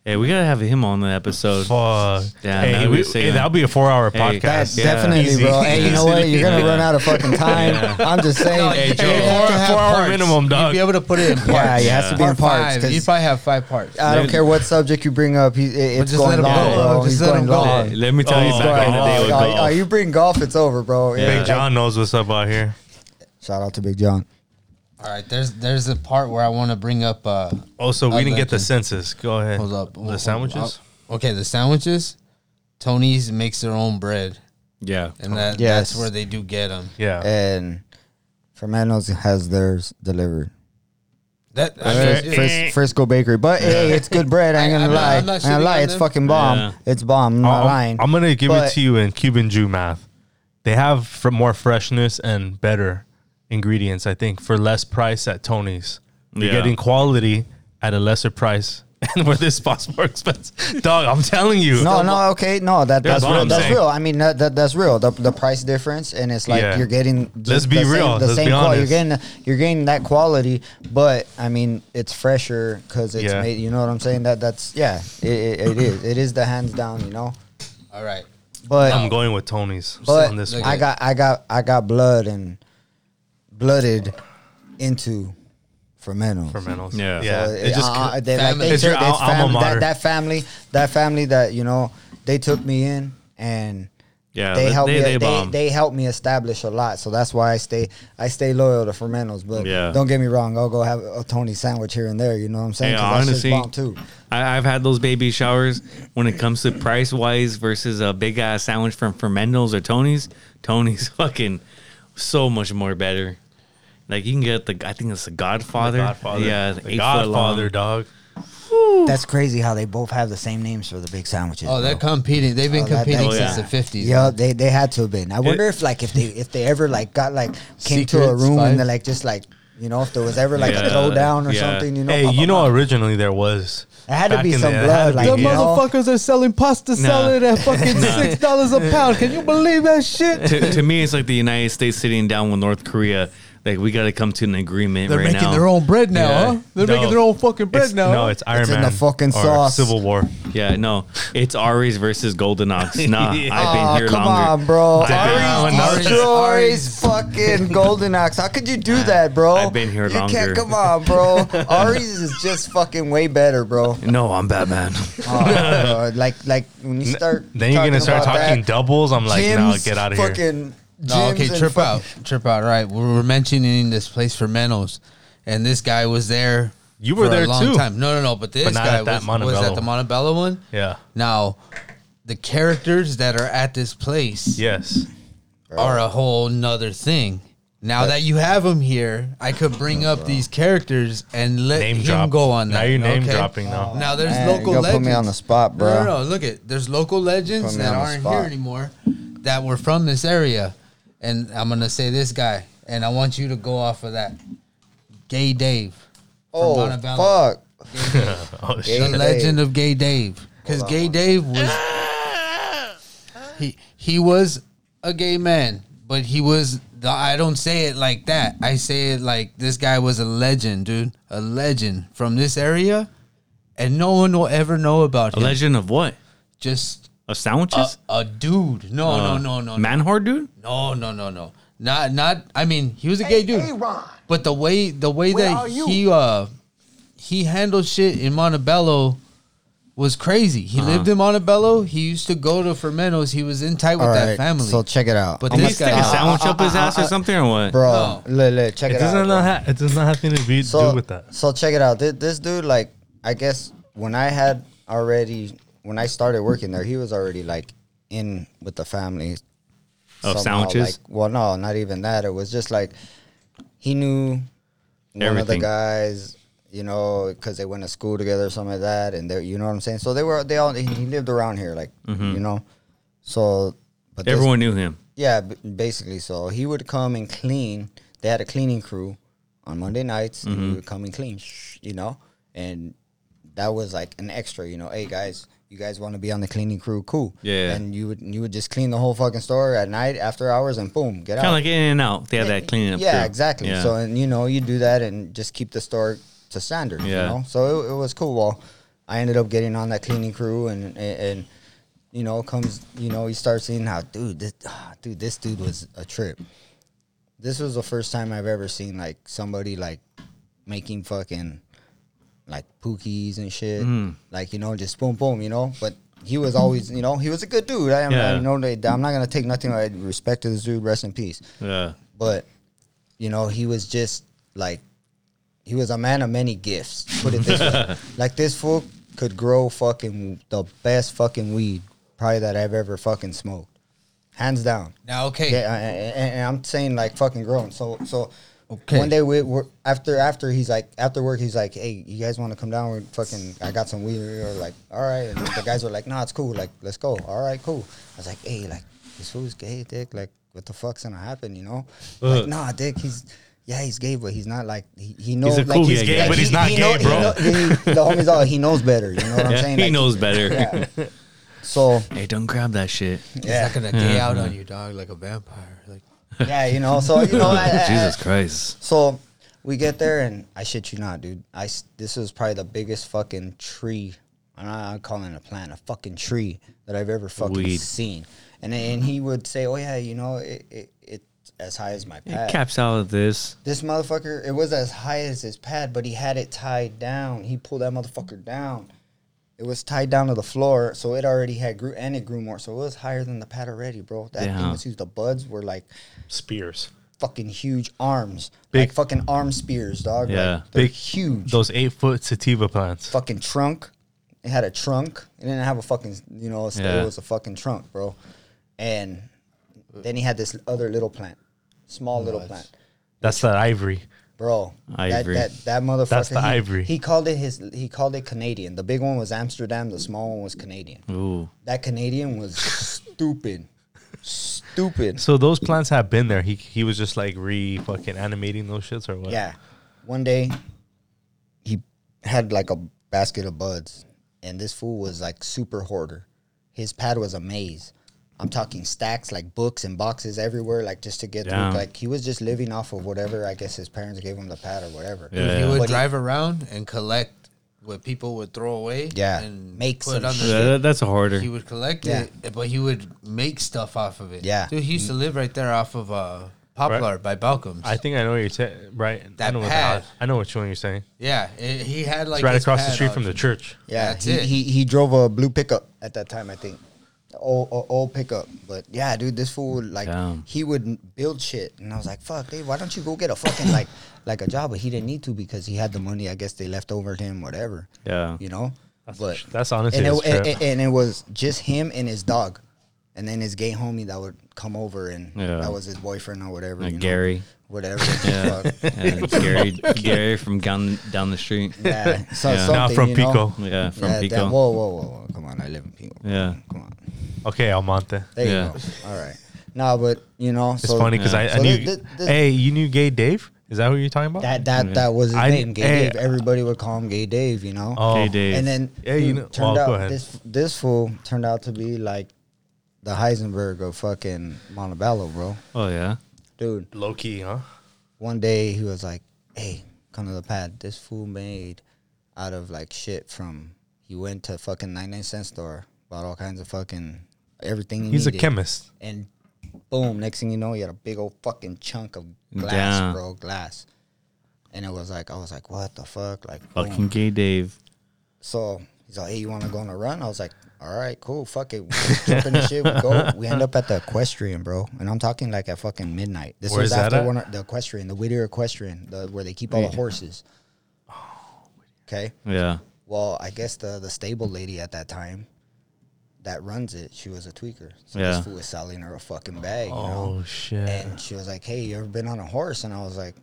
Hey, we gotta have him on the episode.
Fuck.
Yeah,
hey,
that'd
we,
be sick.
hey, that'll be a four-hour podcast.
That
Yeah.
definitely,
Easy.
bro. Hey, you know what? You're gonna
Yeah.
run out of fucking time. I'm just saying.
Hey, Joe.
you
Hey,
have to
four,
have
four hour
parts.
minimum,
You'd
dog.
be able to put it in parts.
Yeah, it has to be in
Part
parts,
Five. You
'cause- Uh,
probably have five parts.
I don't care what subject you bring up. He, it, it's
just
going
let him
long,
go.
bro.
Just
He's
let
going
him go.
long.
Hey, let me tell you,
Oh,
back
my
in the day
God.
with
Oh,
golf.
oh, you bring golf, it's over, bro. Yeah.
Big John knows what's up out here.
Shout out to Big John.
All right, there's there's a part where I want to bring up. Uh,
Also, we
I'd
didn't
like
get the
to-
census. Go ahead.
hold up, uh,
The
Oh,
sandwiches.
Okay, the sandwiches. Tony's makes their own bread,
Yeah.
and that,
Yes.
that's where they do get them.
Uh-huh.
Yeah.
And Fermando's has theirs delivered.
That I mean,
Fris-
it-
Fris- Frisco Bakery, but hey, it's good bread. I ain't
I'm
gonna
not-
lie. I
I'm
ain't
not
gonna
shitting
lie.
on
It's
them.
fucking bomb.
Yeah.
It's bomb. I'm not
I'll-
lying.
I'm gonna give
But-
it to you in Cuban Jew math. They have fr- more freshness and better ingredients, I think, for less price at Tony's. You're
Yeah.
getting quality at a lesser price, and where this spot's more expensive. Dog, I'm telling you.
No, no, okay, no. That,
That's
that's
what
real.
I'm
That's
saying.
real. I mean, that, that that's real. The, the price difference, and it's like
Yeah.
you're getting.
Let's be real.
Same, the
Let's
same
be
quality. You're
honest.
getting you're getting that quality, but I mean, it's fresher because it's
Yeah.
made. You know what I'm saying? That that's yeah. It, it, it is. It is the hands down. You know,
all right.
but
I'm going with Tony's
but
on this
look
one.
I got I got I got blood and blooded into fermentos.
Fermentos.
Yeah.
yeah.
So,
it just
uh, uh, they, like,
family.
they
It's
took-
your
it's
al- alma
fam-
mater.
that, that family, that family that you know, they took me in and
Yeah.
they helped
they,
me.
they
They, they,
bomb.
helped me establish a lot, so that's why I stay. I stay loyal to Fermentos, but
Yeah.
don't get me wrong. I'll go have a Tony sandwich here and there. You know what I'm saying?
Hey,
'Cause that shit's
honestly,
bomb too.
I, I've had those baby showers. When it comes to price wise versus a big ass sandwich from Fermendo's or Tony's, Tony's fucking so much more better. Like you can get the I think it's the Godfather.
Godfather.
Yeah,
The
eight
Godfather,
Foot long.
dog.
That's crazy how they both have the same names for the big sandwiches.
Oh, they're
bro.
competing. They've been
Oh, that-
competing
that-
since
yeah.
the fifties.
Yeah, they they had to have been. I wonder if like if they if they ever like got like came to a
Secret
room
spies?
and they like just like you know if there was ever like
Yeah.
a throwdown or
Yeah.
something. You know,
hey,
pop,
you
pop,
know,
pop.
originally there was.
It had to
back
be
in
some
it had
blood,
to be-
like,
The
You know?
motherfuckers are selling pasta salad at fucking six dollars a pound. Can you believe that shit?
to, to me, it's like the United States sitting down with North Korea. Like we got to come to an agreement
They're
right
making
now.
their own bread now,
Yeah.
huh? They're
No.
making their own fucking bread
It's-
now.
No, it's Iron
It's in
Man.
the fucking
or
sauce.
Civil War.
Yeah, no, it's Aries versus Golden Ox. Nah, I've been
Aw,
here
Ah, come
longer.
on, bro.
I've
Ari's
been
Ari's
here longer.
Ari's- Ari's-
destroys fucking Golden Ox. How could you do that, bro?
I've been here
you
longer.
Can't, come on, bro. Ari's is just fucking way better, bro.
No, I'm Batman.
Oh, bro. Like like when you start
Then you're gonna start
about
talking
that,
doubles. I'm like, no,
gyms,
get out of here.
Fucking
No, okay,
gyms and
trip
fucking-
out, trip out. All right, we were mentioning this place for Menos, and this guy was there.
You were
for
there
a long
too.
Time. No, no, no. But this
not
guy
at that
was, was
Montebello.
at the Montebello one.
Yeah.
Now, the characters that are at this place
Yes.
are a whole nother thing. Now that you have him here, I could bring up these characters and let
Name
him
drop.
go on
Now
that.
you're name
okay?
dropping now.
Now there's
Man,
local
you
legends.
gonna put me on the spot, bro.
No, no, no. Look at there's local legends
Put me
that
on the
aren't
spot.
here anymore that were from this area, and I'm gonna say this guy, and I want you to go off of that. Gay Dave.
Oh
Montebello.
fuck!
oh
The
shit.
Dave.
legend of Gay Dave. Because Gay Dave was he he was a gay man, but he was I don't say it like that. I say it like this guy was a legend, dude, a legend from this area, and no one will ever know about
A
him.
legend of what?
Just
Of
a,
sandwiches?
Uh, a dude. No,
oh,
no, no, no, no,
Uh, Man horde dude?
no, no, no, no. Not not. I mean, he was a gay dude, but the way the way that he uh he handled shit in Montebello. Was crazy. He
Uh-huh.
lived in Montebello. He used to go to Fermentos. He was in tight with
All
that
right,
family.
so check it out.
But
I'm
Did
this
he
gonna-
Almost
stick a
got it.
sandwich up his ass or something or what?
bro, look, look, check it,
It
out.
doesn't
bro.
have, it does not have anything to be, do with that.
So check it out. This, this dude, like, I guess when I had already when I started working there, he was already like in with the family.
Of
somehow,
sandwiches?
Like, well, no, not even that. It was just like he knew one of the
Everything.
guys, you know, because they went to school together, or something like that, and they, you know what I'm saying. So they were they all he he lived around here, like you know, so. But this-
Mm-hmm. Everyone knew him.
yeah, b- basically. So he would come and clean. They had a cleaning crew on Monday nights. And he would come and clean, shh, you know, and that was like an extra, you know. Hey guys, you guys want to be on the cleaning crew? Cool.
Yeah.
And you would you would just clean the whole fucking store at night after hours and boom, get
Kind of
out.
like in and out. They had that cleaning up.
yeah,
crew.
exactly.
Yeah.
So and you know you do that and just keep the store to standard.
Yeah.
You know, so it, it was cool. Well, I ended up getting on that cleaning crew and and. and you know, comes, you know, he starts seeing how, dude, this, ah, dude, this dude was a trip. This was the first time I've ever seen like somebody like making fucking like pookies and shit,
Mm-hmm.
like you know, just boom, boom, you know. But he was always, you know, he was a good dude. I, I
Yeah.
know that I'm not gonna take nothing. I respect to this dude. Rest in peace
yeah.
but you know he was just like he was a man of many gifts put it this way like this fool could grow fucking the best fucking weed probably that i've ever fucking smoked hands down
Now, okay,
yeah I- I- and, and i'm saying like fucking grown so so
Okay.
One day we were after after he's like after work he's like hey you guys want to come down we're fucking I got some weed we were like all right and the guys were like nah it's cool like let's go all right cool I was like hey like this fool's gay dick like what the fuck's gonna happen you know like nah dick he's yeah he's gay but he's not like he, he knows
a
like,
cool gay guy.
But he's
he-
not
he
gay,
he
bro.
he- the homies all he knows better you know what I'm
Yeah,
saying
he
Like,
knows better.
so
Hey, don't grab that shit.
yeah
It's not gonna gay out on you, dog, like a vampire. Like
yeah you know so you know I- I- I-
Jesus Christ.
So we get there, and I shit you not, dude. I s- this is probably the biggest fucking tree. I'm not calling it a plant, a fucking tree that I've ever fucking
Weed.
seen. And and he would say, "Oh yeah, you know, it, it it's as high as my pad."
It caps out of this.
this motherfucker, it was as high as his pad, but he had it tied down. He pulled that motherfucker down. It was tied down to the floor, so it already had grew and it grew more, so it was higher than the pad already, bro. That thing
Damn.
was huge. The buds were like
Spears.
fucking huge arms,
Big-
like fucking arm spears, dog.
Yeah.
like, they're
Big-
huge.
Those eight foot sativa plants.
fucking trunk. It had a trunk. It didn't have a fucking you know. It
Yeah.
was a fucking trunk, bro. And then he had this other little plant, small little plant,
That's that ivory.
bro.
Ivory.
That that, that motherfucker.
That's the
he,
ivory.
He called it his. He called it Canadian. The big one was Amsterdam. The small one was Canadian.
Ooh.
That Canadian was stupid, stupid.
So those plants have been there. He he was just like re fucking animating those shits or what?
Yeah. One day, he had like a basket of buds, and this fool was like super hoarder. His pad was a maze. I'm talking stacks, like books and boxes everywhere, like just to get
Damn.
through. Like he was just living off of whatever I guess his parents gave him the pad or whatever.
Yeah.
he would
But he-
drive around and collect what people would throw away.
Yeah.
and
Make
put
some
it on
shit.
Yeah,
the
that- that's a harder.
shit. He would collect
Yeah.
it, but he would make stuff off of it.
Yeah.
dude, he used to live right there off of uh, Poplar by Balcombs.
I think I know what you're saying. Right. I
That
know what
pad.
the- I know what you're saying.
yeah, it, he had like
It's right
his
across the
pad
street
out
from the
of it.
church.
Yeah,
That's
he,
it.
he he drove a blue pickup at that time, I think, old old, old pickup. But yeah, dude, this fool would, like
Damn.
he would build shit, and I was like, "Fuck, Dave, why don't you go get a fucking like like a job?" But he didn't need to because he had the money. I guess they left over to him, whatever.
Yeah.
you know. but
That's honestly
and
his
it, and,
trip.
and- and it was just him and his dog, and then his gay homie that would come over, and
Yeah.
that was his boyfriend or whatever,
Like
you know,
Gary.
whatever.
Yeah.
Fuck.
Yeah, Gary, Gary from down, down the street.
Yeah, so,
Yeah.
Now
something,
from
you know?
Pico.
Yeah, from
yeah,
Pico.
damn- whoa, whoa, whoa, whoa! Come on, I live in Pico.
Yeah.
come on.
Okay, Almonte.
There
Yeah.
you go. All right. No, but you know,
It's funny 'cause funny because I, I
so
knew.
thi- thi- thi-
hey, you knew Gay Dave? Is that who you're talking about?
That that that was his
I-
name, Gay
hey,
Dave. Everybody would call him Gay Dave, you know.
oh,
Hey, Dave.
and then
Yeah, you
dude,
know-
turned
oh, go
out
ahead.
this this fool turned out to be like the Heisenberg of fucking Montebello, bro.
Oh yeah.
Dude,
low key, huh?
one day he was like, "Hey, come to the pad." This fool made out of like shit from he went to fucking ninety nine cent store, bought all kinds of fucking everything. He
He's a
needed,
chemist.
and boom, next thing you know, you had a big old fucking chunk of glass,
Damn.
bro, glass. And it was like, I was like, what the fuck, like boom.
Fucking gay Dave.
So he's like, hey, you want to go on a run? I was like, all right, cool, fuck it, jump in the shit, we go. We end up at the equestrian, bro, and I'm talking like at fucking midnight. This
Where
was
is that
after
at?
one of the equestrian, the Whittier equestrian, the, where they keep all the horses. Okay.
Yeah.
Well, I guess the the stable lady at that time that runs it, she was a tweaker. So
Yeah.
this fool was selling her a fucking bag, you know?
Oh shit.
And she was like, Hey, you ever been on a horse? And I was like,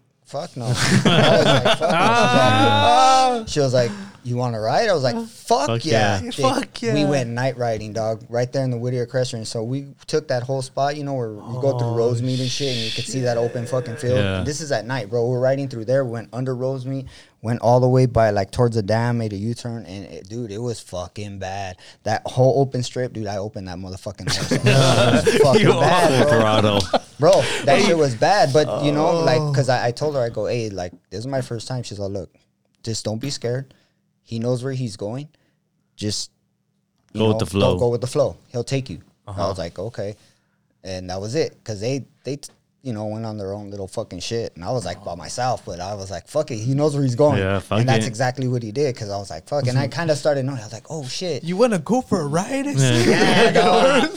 Fuck no. I was like, "Fuck no." She was like, You want to ride? I was like, Fuck,
Ah. Fuck
yeah.
yeah.
Dick. We went night riding, dog, right there in the Whittier Crescent. So we took that whole spot, you know, where you go through Rosemead and shit, and you could see that open fucking field.
Oh, Yeah.
This is at night, bro. We're riding through there. We went under Rosemead, went all the way by like towards the dam, made a U turn, and it, dude, it was fucking bad. That whole open strip, dude, I opened that motfucking horse. It was fucking bad, bro
Colorado.
bro that shit was bad but you know like because I, I told her i go hey like this is my first time she's like look just don't be scared he knows where he's going just you
Go with the flow. Uh-huh.
don't go with the flow he'll take you i was like okay and that was it because they they t- you know went on their own little fucking shit and i was like by myself but i was like fuck it he knows where he's going
Yeah, fuck
and that's
it.
exactly what he did because i was like fuck and i kind of started knowing i was like oh shit
You want to go for a ride?
yeah, dog.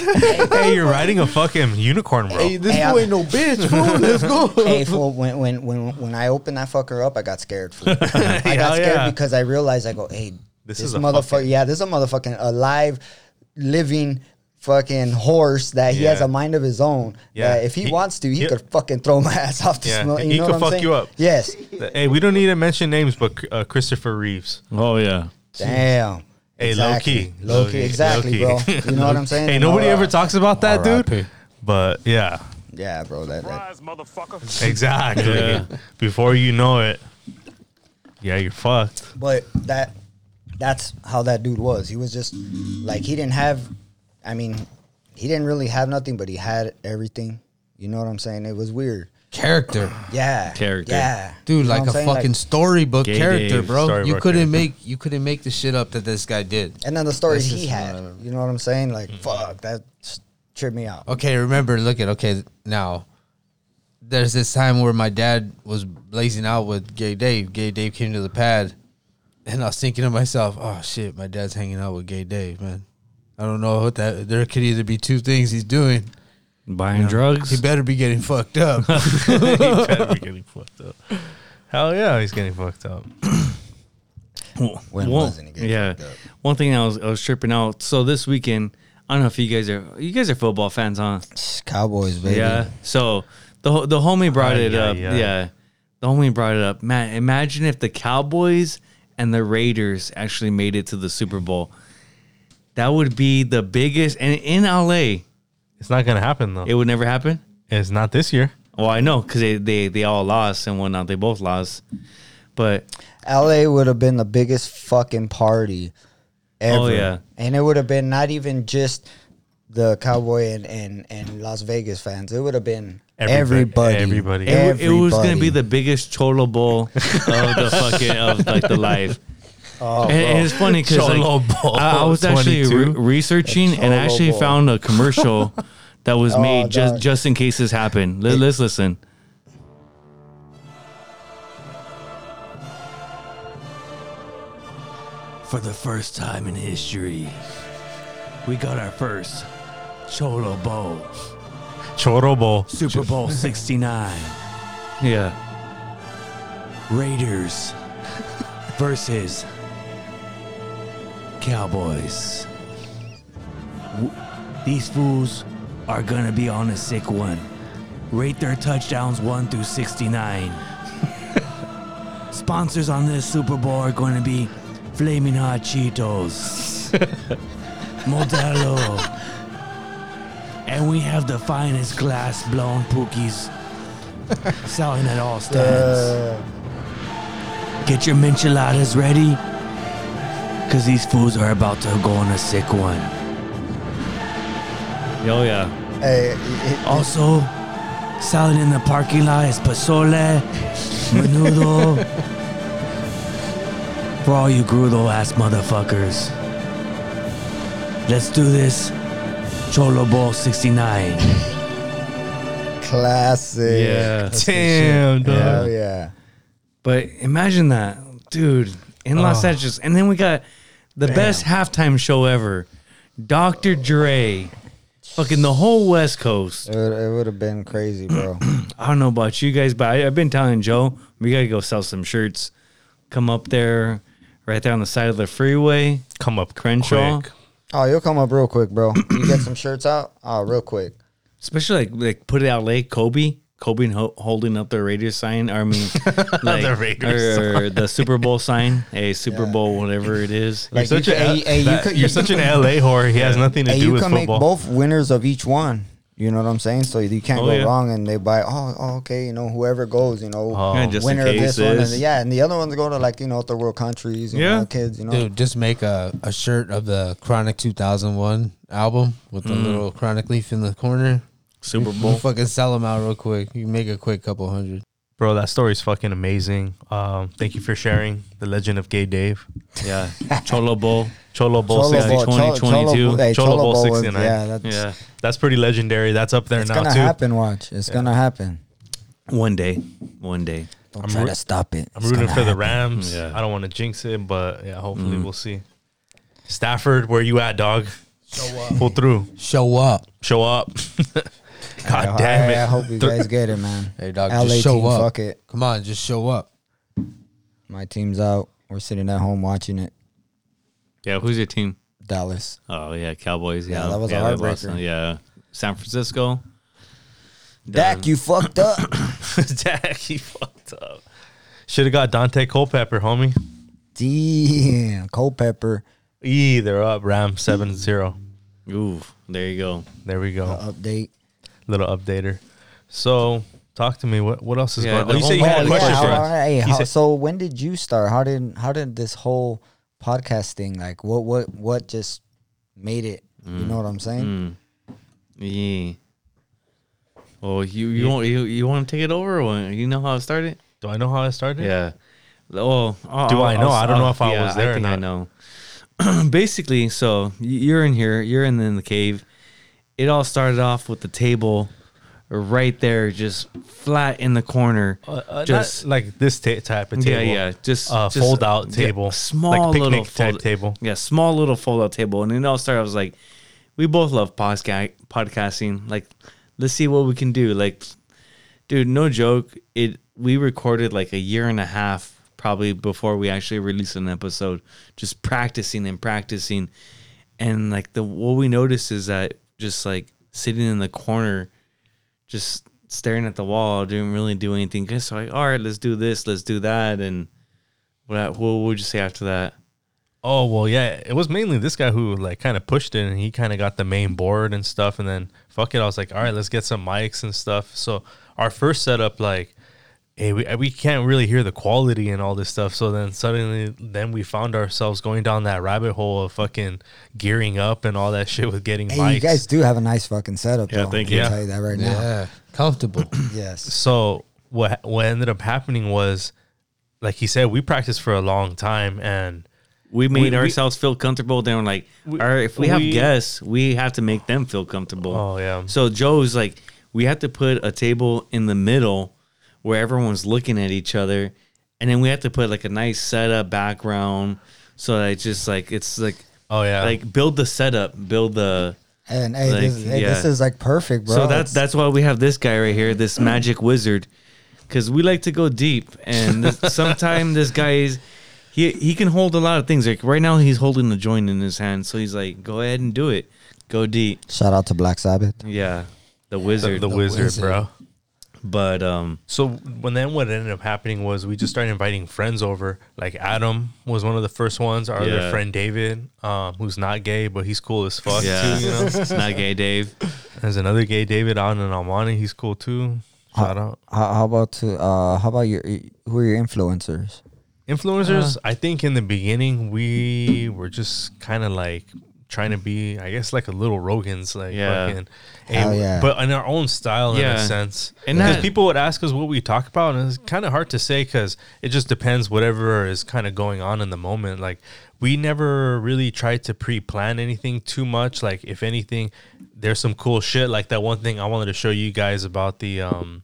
hey, you're riding a fucking unicorn, bro.
Hey, this
Hey,
fool
I'm-
ain't no bitch, fool. Let's go.
hey, fool, when, when when when I opened that fucker up, I got scared. Fool. I got
Hell
scared
yeah.
because I realized I go, hey,
This
this,
is
is
a
motherfucker.
fucking-
Yeah, this is a motherfucking alive, living fucking horse that he has
Yeah.
a mind of his own.
Yeah.
Yeah, if he,
He-
wants to, he,
he-
could fucking throw my ass off the.
Yeah,
snow, you
he
know
could
what I'm
fuck
saying?
you up.
Yes.
hey, we don't need to mention names, but uh, Christopher Reeves.
Oh yeah.
Damn.
Hey, low
Exactly.
key,
low key, exactly, bro. You know what I'm saying?
hey,
You know,
nobody
uh,
ever talks about that,
RIP.
dude. But yeah,
Yeah, bro. That, that
exactly.
Yeah.
Before you know it, yeah, you're fucked.
But that that's how that dude was. He was just like he didn't have I mean, he didn't really have nothing, but he had everything. You know what I'm saying? It was weird.
Character.
Yeah.
Character.
Yeah.
Dude,
You know
like
what
a
I'm saying?
fucking storybook
Gay
character,
Dave
bro. you
storybook
couldn't
character.
make you couldn't make the shit up that this guy did.
and then the stories
This
he
is uh,
had.
not-
You know what I'm saying? Like fuck, that s- tripped me out.
Okay, remember, look at okay now. There's this time where my dad was blazing out with Gay Dave. Gay Dave came to the pad, and I was thinking to myself, "Oh shit, my dad's hanging out with Gay Dave, man. I don't know what that. There could either be two things he's doing.
Buying drugs.
He better be getting fucked up.
he better be getting fucked up. Hell yeah, he's getting fucked up.
When
one,
wasn't it getting
yeah.
fucked up?
One thing I was I was tripping out. So this weekend, I don't know if you guys are you guys are football fans, huh?
Cowboys, baby.
Yeah. So the ho- the homie brought
Ay,
it
ay,
up.
ay.
Yeah. The homie brought it up. Man, imagine if the Cowboys and the Raiders actually made it to the Super Bowl. That would be the biggest and in LA,
It's not gonna happen though.
it would never happen.
it's not this year.
Well, I know because they, they they all lost and whatnot. They both lost, but
LA would have been the biggest fucking party ever.
Oh, yeah.
And it would have been not even just the Cowboy and, and, and Las Vegas fans. It would have been
Everybody. Everybody.
everybody.
it, wa- it was going to be
Everybody.
the biggest cholo bowl of the fucking of like the life. and, and it's funny because
Cholo Bowl
I, I was actually
22.
re- researching and I
Cholo
actually
Bowl.
found a commercial that was made just
dog.
just in case this happened. Let, us listen. For the first time in history, we got our first Cholo Bowl.
Chorobo.
Super Bowl 69. Yeah. Raiders versus Cowboys. W- These fools are going to be on a sick one. Rate their touchdowns 1 through 69. Sponsors on this Super Bowl are going to be Flaming Hot Cheetos, Modelo. And we have the finest glass blown pookies Selling at all stands. Get your micheladas ready, because these fools are about to go on a sick one. Oh, yeah.
Hey, it-
Also, salad in the parking lot is pozole, menudo. For all you grudo ass motherfuckers. Let's do this. Cholo Bowl 69.
classic.
Damn, dog.
Hell yeah.
But imagine that, dude, in Los Angeles. And then we got the best halftime show ever Dr. Dre, fucking the whole West Coast.
It would, it would have been crazy, bro.
I don't know about you guys, but I, I've been telling Joe we gotta go sell some shirts. Come up there, right there on the side of the freeway.
Come up
Crenshaw?
quick.
oh, you'll come up real quick, bro. You get some shirts out? Oh, real quick.
Especially like like put it out late. Kobe, Kobe and Ho- holding up their radio sign. Or I mean, like,
The Raiders
or, the Super Bowl sign. A Super
Yeah.
Bowl, whatever it is.
Like
you're such,
you
a,
could- hey, hey, you
that-
could-
you're such an LA whore. He has nothing to
And
do
you
with
can
football.
make both winners of each one. You know what I'm saying? So you can't
Oh,
go
yeah.
wrong, and they buy. Oh, oh, okay. You know, whoever goes, you know,
Oh.
Yeah, just in
winner of this
case
one, and
is.
the- yeah, and the other ones go to like you know third world countries, you
Yeah.
know, kids, you know.
Dude, just make a, a shirt of the Chronic 2001 album with
Mm.
the little Chronic leaf in the corner.
Super
We'll
Bowl.
fucking sell them out real quick. You can make a quick couple hundred.
Bro, that story's fucking amazing. Um, thank you for sharing the legend of Gay Dave.
Yeah, Cholo Bowl.
Cholo Bowl
Cholo
60.
Bowl, Cholo-
2022.
Cholo- hey,
Cholo
Cholo
Bowl
Bowl was-
69.
Yeah, that's
Yeah,
That's pretty legendary. That's up there
it's
now,
gonna
too.
happen. Watch, it's gonna happen.
one day, one day.
Don't
I'm
try
root-
to stop it.
I'm
It's
rooting
gonna
for the
happen. Mm.
Rams.
Yeah.
I don't want to jinx it, but yeah, hopefully we'll see. Stafford, where you at, dog? Pull through.
Show up.
Show up. God
I-
damn it.
I, I hope you guys get it, man.
Hey, dog,
LA
just show
team,
up.
fuck it.
Come on, just show up.
My team's out. We're sitting at home watching it.
Yeah, who's your team?
Dallas.
Oh yeah, Cowboys. Yeah,
Yeah, that was a
yeah, they lost
heartbreaker.
on- Yeah, San Francisco.
Dak, you fucked up.
Dak, he fucked up. Should have got Dante Culpepper, homie.
Damn, Culpepper.
E, they're up. Ram 7 0.
Ooh, there you go.
There we go.
Update.
Little updater. So, talk to me. What what else is
Yeah,
going
the
on? Oh, you said you
whole-
had a
yeah,
question
how-
for
all
us.
right,
You
how-
said-
so when did you start? How did how did this whole podcast thing like what what what just made it?
Mm.
You know what I'm saying?
Yeah. Oh, you you want you, you want to take it over? Or what? you know how it started?
Do I know how I started?
Yeah. Oh, oh,
Do I know?
was-
I don't know if I
yeah,
was there
I
or
think I
not.
know. Basically, so y- you're in here. You're in, in the cave. It all started off with the table right there, just flat in the corner.
Uh, uh,
just
not like this ta- type of table.
Yeah, yeah. Just,
Uh,
just
fold-out
yeah,
table.
small
Like picnic
little
type
fold-
table.
Yeah, small little fold out table. And it all started. I was like, we both love posca- podcasting. Like, let's see what we can do. Like, dude, no joke. It we recorded like a year and a half probably before we actually released an episode, just practicing and practicing. And like the what we noticed is that just like sitting in the corner just staring at the wall, didn't really do anything. Good. So I, all right, let's do this, let's do that, and what? What would you say after that?
Oh well, yeah. It was mainly this guy who like kind of pushed it, and he kind of got the main board and stuff. And then fuck it, I was like, all right, let's get some mics and stuff. So our first setup, like, hey, we we can't really hear the quality and all this stuff. So then suddenly, then we found ourselves going down that rabbit hole of fucking gearing up and all that shit with getting
Hey,
mics.
you guys do have a nice fucking setup.
Mm. Yeah,
though.
thank
I'll
you.
tell you that right now.
Yeah. Comfortable.
Yes.
so what what ended up happening was, like he said, we practiced for a long time and.
We made
we-
ourselves feel comfortable. Then we're like,
We-
all right, if we, have
we-
guests, we have to make them feel comfortable.
Oh, yeah.
So Joe's like, we have to put a table in the middle where everyone's looking at each other, and then we have to put like a nice setup background so that it's just like it's like
Oh yeah,
like build the setup, build the
And hey,
Like,
this, hey, this
yeah.
is like perfect, bro.
so that's
It's-
that's why we have this guy right here, this magic wizard, because we like to go deep. And this, sometime this guy is he he can hold a lot of things. Like right now, he's holding the joint in his hand, so he's like, "Go ahead and do it, go deep."
shout out to Black Sabbath.
Yeah, the
the,
wizard.
the wizard,
wizard.
bro.
but um,
So when then what ended up happening was we just started inviting friends over. Like Adam was one of the first ones. Our
Yeah.
other friend David, um, who's not gay but he's cool as fuck
yeah,
too. You know,
it's not gay, Dave.
there's another gay David out in Almani. He's cool too. Shout out.
How, how about to uh, how about your who are your influencers?
Influencers,
Uh-huh.
I think in the beginning we were just kind of like trying to be, I guess, like a little Rogan's, like
Yeah.
fucking,
Hell
and-
yeah.
but in our own style, in
Yeah.
a sense.
And
And because
that-
people would ask us what we talk about, and it's kind of hard to say because it just depends whatever is kind of going on in the moment. Like we never really tried to pre-plan anything too much. Like if anything, there's some cool shit. Like that one thing I wanted to show you guys about the um.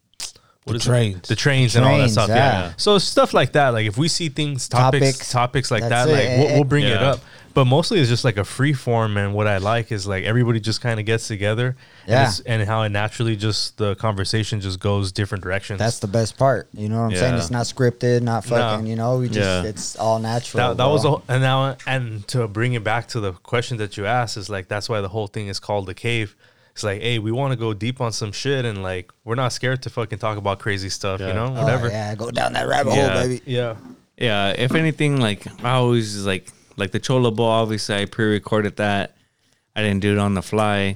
What is it?
trains.
the trains and all that
Trains,
stuff.
yeah.
yeah. So stuff like that. Like if we see things, topics, topics,
Topics.
like that,
That's it.
like we'll, we'll bring it
Yeah.
up. But mostly it's just like a free form, and what I like is like everybody just kind of gets together, and
Yeah.
it's- and, how it naturally just the conversation just goes different directions.
That's the best part. You know what I'm saying?
Yeah.
It's not scripted, not fucking. You know, we just
Yeah.
it's all natural.
that, that was the
bro.
whole- and now and to bring it back to the question that you asked is like that's why the whole thing is called the cave. It's like, hey, we want to go deep on some shit, and like we're not scared to fucking talk about crazy stuff, you
Yeah.
know,
Oh,
whatever.
yeah, go down that rabbit
Yeah.
hole, baby.
yeah.
Yeah, if anything, like I always is like like the Chola Bowl. Obviously, I pre-recorded that. I didn't do it on the fly,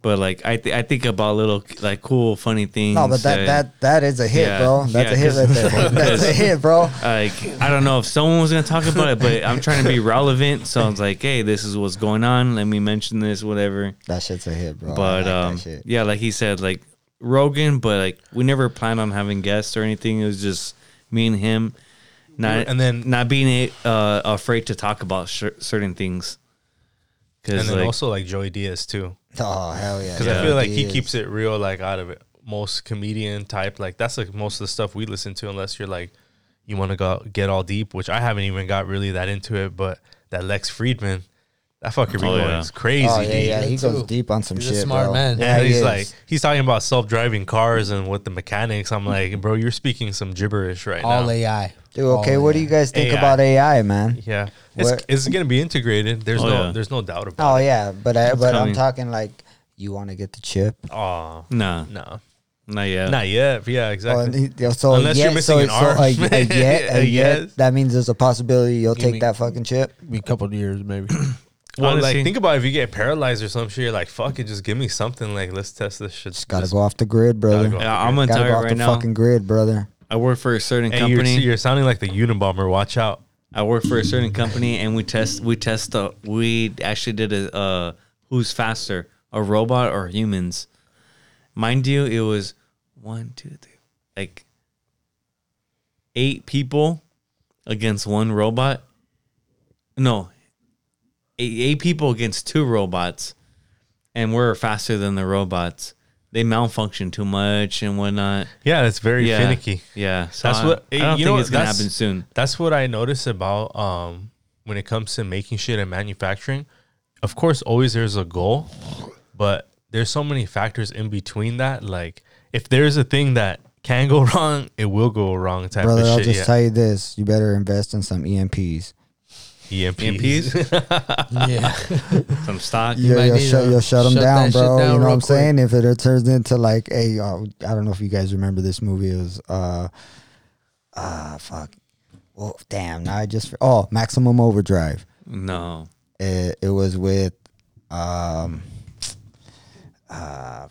but like I th- I think about little like cool funny things.
No, but that that that is a hit,
Yeah.
bro. That's
Yeah,
a hit right there. That's a hit, bro.
like I don't know if someone was gonna talk about it, but I'm trying to be relevant. So I was like, hey, this is what's going on. Let me mention this, whatever.
That shit's a hit, bro. Oh, I
But
like that
um,
shit.
yeah, like he said, like Rogan, but like we never planned on having guests or anything. It was just me and him. Not
And then-
not being uh, afraid to talk about cer- certain things.
And
Because
then
like,
also like Joey Diaz too.
oh hell yeah.
because
Yeah.
I feel like he
is.
keeps it real, like out of it. most comedian type. Like that's like most of the stuff we listen to, unless you're like you want to go get all deep, which I haven't even got really that into it. But that Lex Friedman, that fucking
Oh,
recording
yeah.
is crazy.
Oh yeah,
dude.
yeah. He
too.
goes deep on some
He's a
shit.
smart
bro.
man.
Yeah,
he
he's
is.
like he's talking about self-driving cars and with the mechanics. I'm like, bro, you're speaking some gibberish right
All
now.
AI.
dude. Okay,
oh,
All
what do you guys think
AI.
about AI, man?
yeah, it's,
What-
it's gonna be integrated. There's
Oh,
no
yeah.
there's no doubt about.
Oh yeah, but I, but
coming.
I'm talking like you want to get the chip.
it. Oh
nah,
no,
not yet.
not yet. Yeah,
Oh,
exactly.
and he- yeah, so
Unless
yet,
you're missing
so,
an
so
arm.
a, a yet,
A
a
yes.
yet, that means there's a possibility you'll
Give
take
me-
that fucking chip.
Be a couple of years maybe.
Well,
Honestly-
like think about if you get paralyzed or some shit, you're like, fuck it, just give me something. Like, let's test this shit.
Just gotta
Just-
go off the grid, brother.
go.
Gotta
Yeah, I'm gonna
go,
tell you
off the
right now.
fucking grid, brother.
I work for a certain
Hey, you're,
company.
you're sounding like the Unabomber. Watch out.
I work for a certain company, and we test. We test the. We actually did a uh, who's faster, a robot or humans? Mind you, it was one, two, three, like eight people against one robot. No, eight, eight people against two robots, and we're faster than the robots. They malfunction too much and whatnot.
Yeah, that's very
Yeah,
finicky.
Yeah, so
That's
I-
what- eh,
I don't
you
think
know what,
it's gonna
that's-
happen soon.
That's what I notice about um when it comes to making shit and manufacturing. Of course, always there's a goal, but there's so many factors in between that. Like, if there's a thing that can go wrong, it will go wrong. Type
Brother,
of
I'll
shit.
just
yeah.
tell you this: you better invest in some E EMPs.
E
EMPs.
yeah.
Some stock.
Yeah,
might
you'll,
need
shut,
to
you'll shut them
shut
down,
that shit down
bro. you know
real
what I'm
quick.
saying? If it turns into like, hey, uh, I don't know if you guys remember this movie. It was, uh, ah, fuck. Well, damn. Now I just oh, Maximum Overdrive.
No.
It, it was with, um, uh,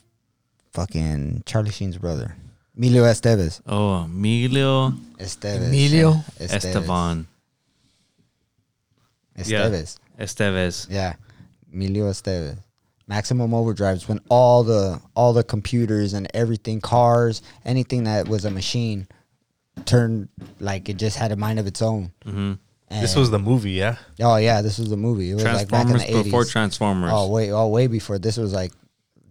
fucking Charlie Sheen's brother, Emilio Estevez.
Oh, Emilio
Estevez.
Emilio
Estevez.
Esteban. Yeah.
Estevez.
Estevez.
Yeah, Emilio Estevez. Maximum overdrives when all the all the computers and everything, cars, anything that was a machine, turned like it just had a mind of its own.
Mm.
Mm-hmm. And,
This was the movie, yeah.
oh yeah, this was the movie. It was like back in
Transformers
the eighties.
before Transformers.
Oh way, oh way before this was like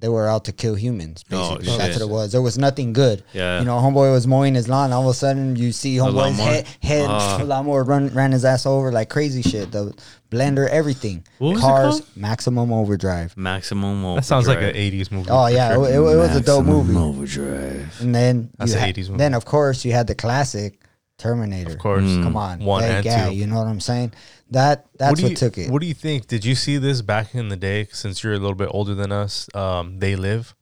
they were out to kill humans.
Oh,
Basically, that's
shit.
what it was. There was nothing good.
Yeah.
you know, homeboy was mowing his lawn. All of a sudden, you see homeboy's
lawnmower?
head, head
Ah.
lawnmower run, ran his ass over like crazy shit. The blender, everything,
What was it
cars,
called?
maximum overdrive.
Maximum Overdrive.
That sounds like an '80s movie.
Oh
for
yeah, it,
sure.
it was a dope
Maximum
movie.
Overdrive.
And then
That's
you
an
ha-
80s movie.
Then of course you had the classic Terminator.
Of course.
come on,
One
that
and
guy,
two.
You know what I'm saying? That that's what,
do you,
took it.
What do you think? Did you see this back in the day? Since you're a little bit older than us, um, they live.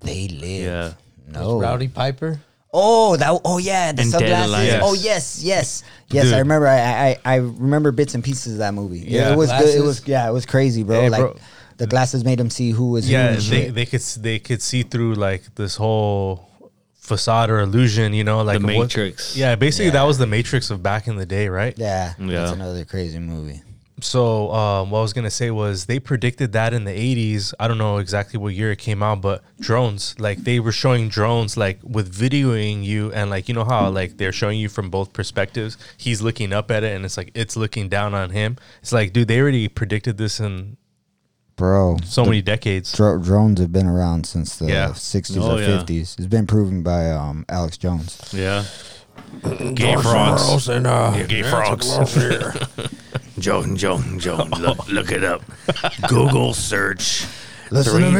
they live.
Yeah.
No.
Rowdy Piper.
Oh, that. Oh yeah, the
And Dead
sunglasses.
Alive.
Oh yes, yes, yes.
Dude.
I remember. I, I I remember bits and pieces of that movie. Yeah,
Yeah.
it was good. It
Glasses.
was yeah, it was crazy, bro.
Hey,
like
bro.
the glasses made him see who was who
Yeah,
and
they,
shit.
they could s- they could see through like this whole facade or illusion, you know, like
The
of what-
Matrix.
yeah, basically that was the Matrix of back in the day, right?
Yeah,
Yeah.
that's another crazy movie.
So um, what I was gonna say was they predicted that in the '80s. I don't know exactly what year it came out, but drones, like they were showing drones, like with videoing you, and like you know how like they're showing you from both perspectives. He's looking up at it, and it's like it's looking down on him. It's like, dude, they already predicted this in
Bro,
so many decades.
dro- drones have been around since the
Yeah.
60s
Oh,
or
yeah.
50s. It's been proven by um, Alex Jones.
Yeah. Gay frogs. yeah, gay frogs. Joan, Joan, Joan. Look, look it up. Google search.
Listen to me.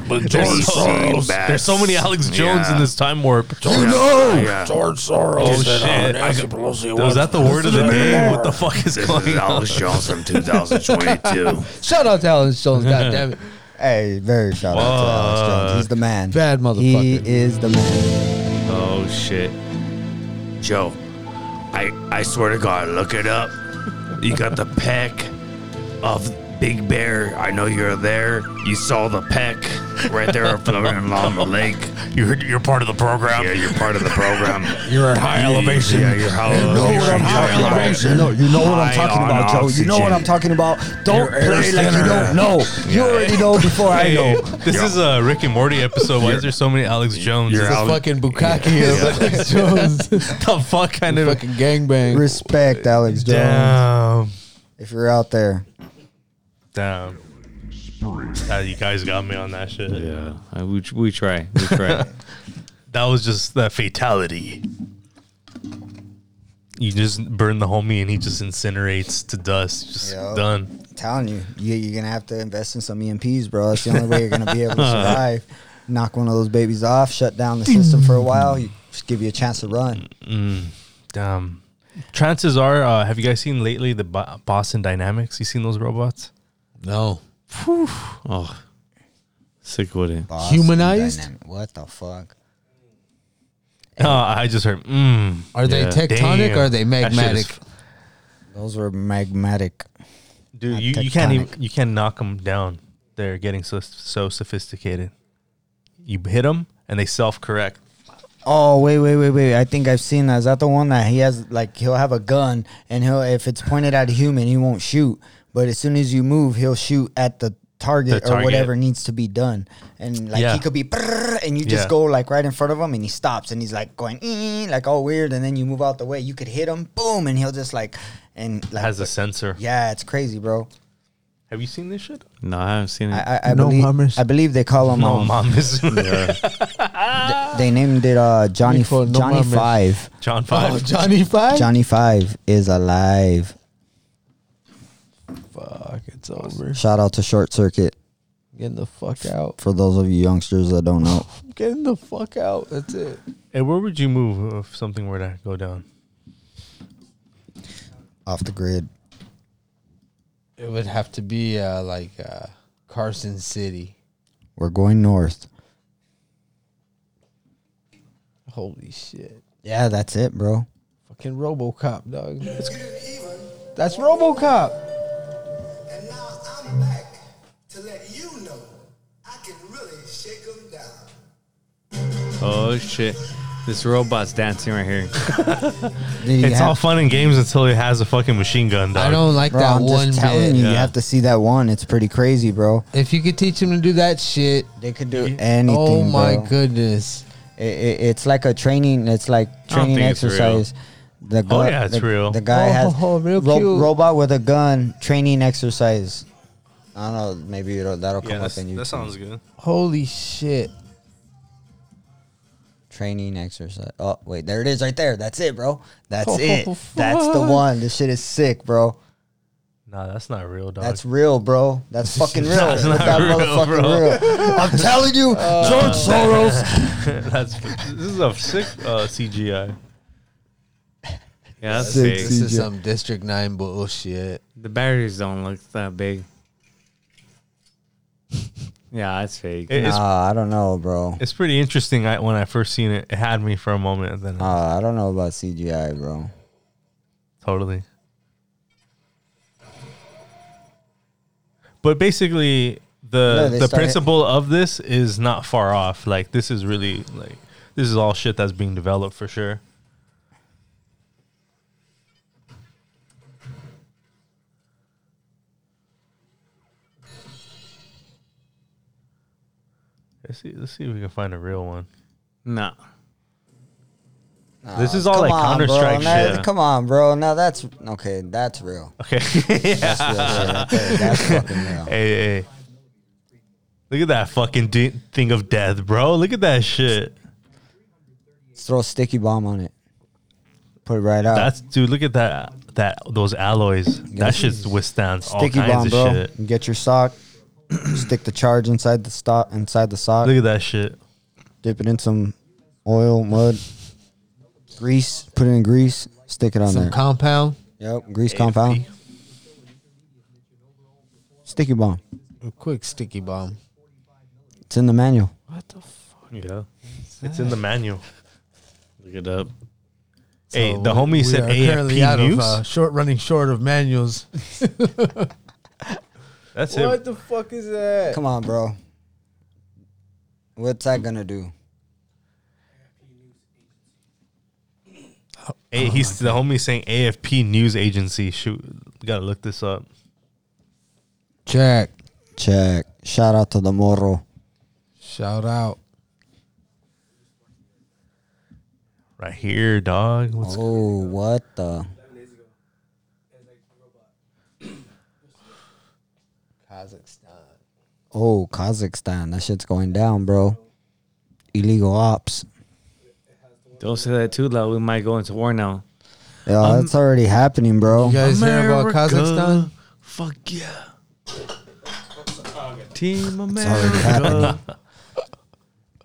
3,000 BC bats.
There's so many Alex Jones
Yeah.
in this time warp.
Yeah.
George Soros.
Oh, shit.
Nancy Pelosi
Was that the word of the day? What the fuck is
This is
going on?
Alex Jones from 2022.
Shout out to Alan Jones. God damn it.
Hey, very shout out to Alex Jones. He's the man.
Bad
He
motherfucker.
is the man.
Oh, shit.
Joe, I I swear to God, look it up. You got the peck of Big Bear. I know you're there. You saw the peck right there floating along the lake. You're you're part of the program. Yeah, you're part of the program.
You're at high elevation.
Yeah, you're high
You know what I'm
elevation.
talking about.
You're
You know, you know what I'm talking
on
about, Joe. You know what I'm
oxygen.
talking about. Don't
You're
play like you
thinner.
don't know. You already know before I
Hey,
know.
this is a Rick and Morty episode. Why is there so many Alex Jones?
you're
What
Alan-
Fucking Bukaki of Alex Jones.
the fuck kind of
fucking gangbang.
Respect, Alex Jones.
damn,
If you're out there,
damn. Ah, you guys got me on that shit.
Yeah. I, we, we try. We try.
That was just that fatality. You just burn the homie and he just incinerates to dust. Just
Yeah.
done.
I'm telling you, you you're gonna have to invest in some EMPs, bro. That's the only way you're gonna be able to survive. Knock one of those babies off, shut down the system for a while, you, just give you a chance to run.
Damn. Chances are, uh, have you guys seen lately the Bo- Boston Dynamics? You seen those robots?
No.
Oh. Sick with it.
Boston
Humanized?
dynamic. What the fuck?
Uh, I just heard. Mm,
Are they
Yeah.
tectonic
Damn.
or are they
That shit is
magmatic?
f-
Those were magmatic.
Dude,
Not
you, you can't
tectonic.
even you can't knock them down. They're getting so so sophisticated. You hit them and they self correct.
Oh wait, wait, wait, wait! I think I've seen that. Is that the one that he has? Like he'll have a gun, and he'll if it's pointed at a human, he won't shoot. But as soon as you move, he'll shoot at the target,
The target.
or whatever needs to be done. And like
Yeah.
he could be, brrr, and you just
Yeah.
go like right in front of him, and he stops, and he's like going "Eh," like all weird, and then you move out the way. You could hit him, boom, and he'll just like and like
Has a sensor.
yeah, it's crazy, bro.
Have you seen this shit?
No, I haven't seen it.
I I, I
No
believe
mamas.
I believe they call him
Mm. No,
um,
mom is
they named it uh Johnny
We call no
Johnny
mamas.
Five.
John
Oh,
Five.
Johnny Five?
Johnny Five is alive.
Fuck, it's over.
Shout out to Short Circuit
Getting the fuck out.
for those of you youngsters that don't know.
Getting the fuck out. That's it.
Hey, where would you move if something were to go down?
Off the grid.
It would have to be uh, like uh, Carson City.
We're going north.
Holy shit.
Yeah, that's it, bro.
Fucking RoboCop, dog. That's RoboCop.
And now I'm back to let you know I can really shake them down.
oh, shit. This robot's dancing right here.
Did you
It's all
have,
fun and games until it has a fucking machine gun. Dog.
I don't like
bro,
that
I'm
one
just telling
bit.
you, you
Yeah.
have to see that one. It's pretty crazy, bro.
If you could teach him to do that shit,
They could do anything.
oh my
bro.
goodness.
It, it, it's like a training. It's like training
think it's
exercise. The
Oh,
gu-
yeah, it's
the,
real.
The guy has
Oh, real cute.
robot with a gun training exercise. I don't know. Maybe it'll, that'll come up in you.
good.
Holy shit.
Training exercise. Oh wait, there it is, right there. That's it, bro. That's
Oh,
it. That's the
fuck.
one. This shit is sick, bro.
Nah, that's not real, dog.
That's real, bro. That's fucking real.
That's not
that
real,
motherfucking
bro.
real. I'm telling you, George Soros.
that's this is a sick uh, CGI.
Yeah, that's
Six.
big.
This is
CJ.
some District 9 bullshit.
The batteries don't look that big. yeah, that's fake.
It- it's,
Nah, I don't know, bro.
it's pretty interesting. I, when I first seen it, it had me for a moment, and then
Uh, I don't know about CGI, bro.
Totally. But basically,
No,
the
they
the
started-
principle of this is not far off. Like this is really like this is all shit that's being developed for sure. Let's see. Let's see if we can find a real one.
No.
this is all like
on,
Counter
bro.
Strike
Now-
shit.
Come on, bro. Now that's okay. That's real.
Okay.
That's real shit. Right there. That's fucking real.
Hey, hey. Look at that fucking de- thing of death, bro. Look at that shit.
Let's throw a sticky bomb on it. Put it right
Uh,
out.
That's dude. Look at that. That those alloys. That shit withstands all
sticky
kinds
bomb,
of
bro.
shit.
You Get your sock. stick the charge inside the stock. Inside the sock.
Look at that shit.
Dip it in some oil, mud, grease. Put it in grease. Stick it on
Some
there.
compound.
yep, grease compound. Sticky bomb.
A quick sticky bomb.
It's in the manual.
Yeah.
It's in the manual.
Look it up.
hey,
So
the homie
we
said
are currently
AFP
out of,
news.
uh, short running short of manuals.
That's it.
the fuck is that?
Come on, bro. What's that gonna do?
Hey, he's the homie saying AFP news agency. Shoot, gotta look this up.
Check.
Check. Shout out to the morro.
Shout out.
Right here, dog. What's
Oh, what the?
Kazakhstan.
Oh, Kazakhstan. That shit's going down, bro. Illegal ops.
Don't say that too loud. We might go into war now.
Yeah, that's already happening, bro.
You guys hear about
America.
Kazakhstan?
Fuck yeah. Team
already
America.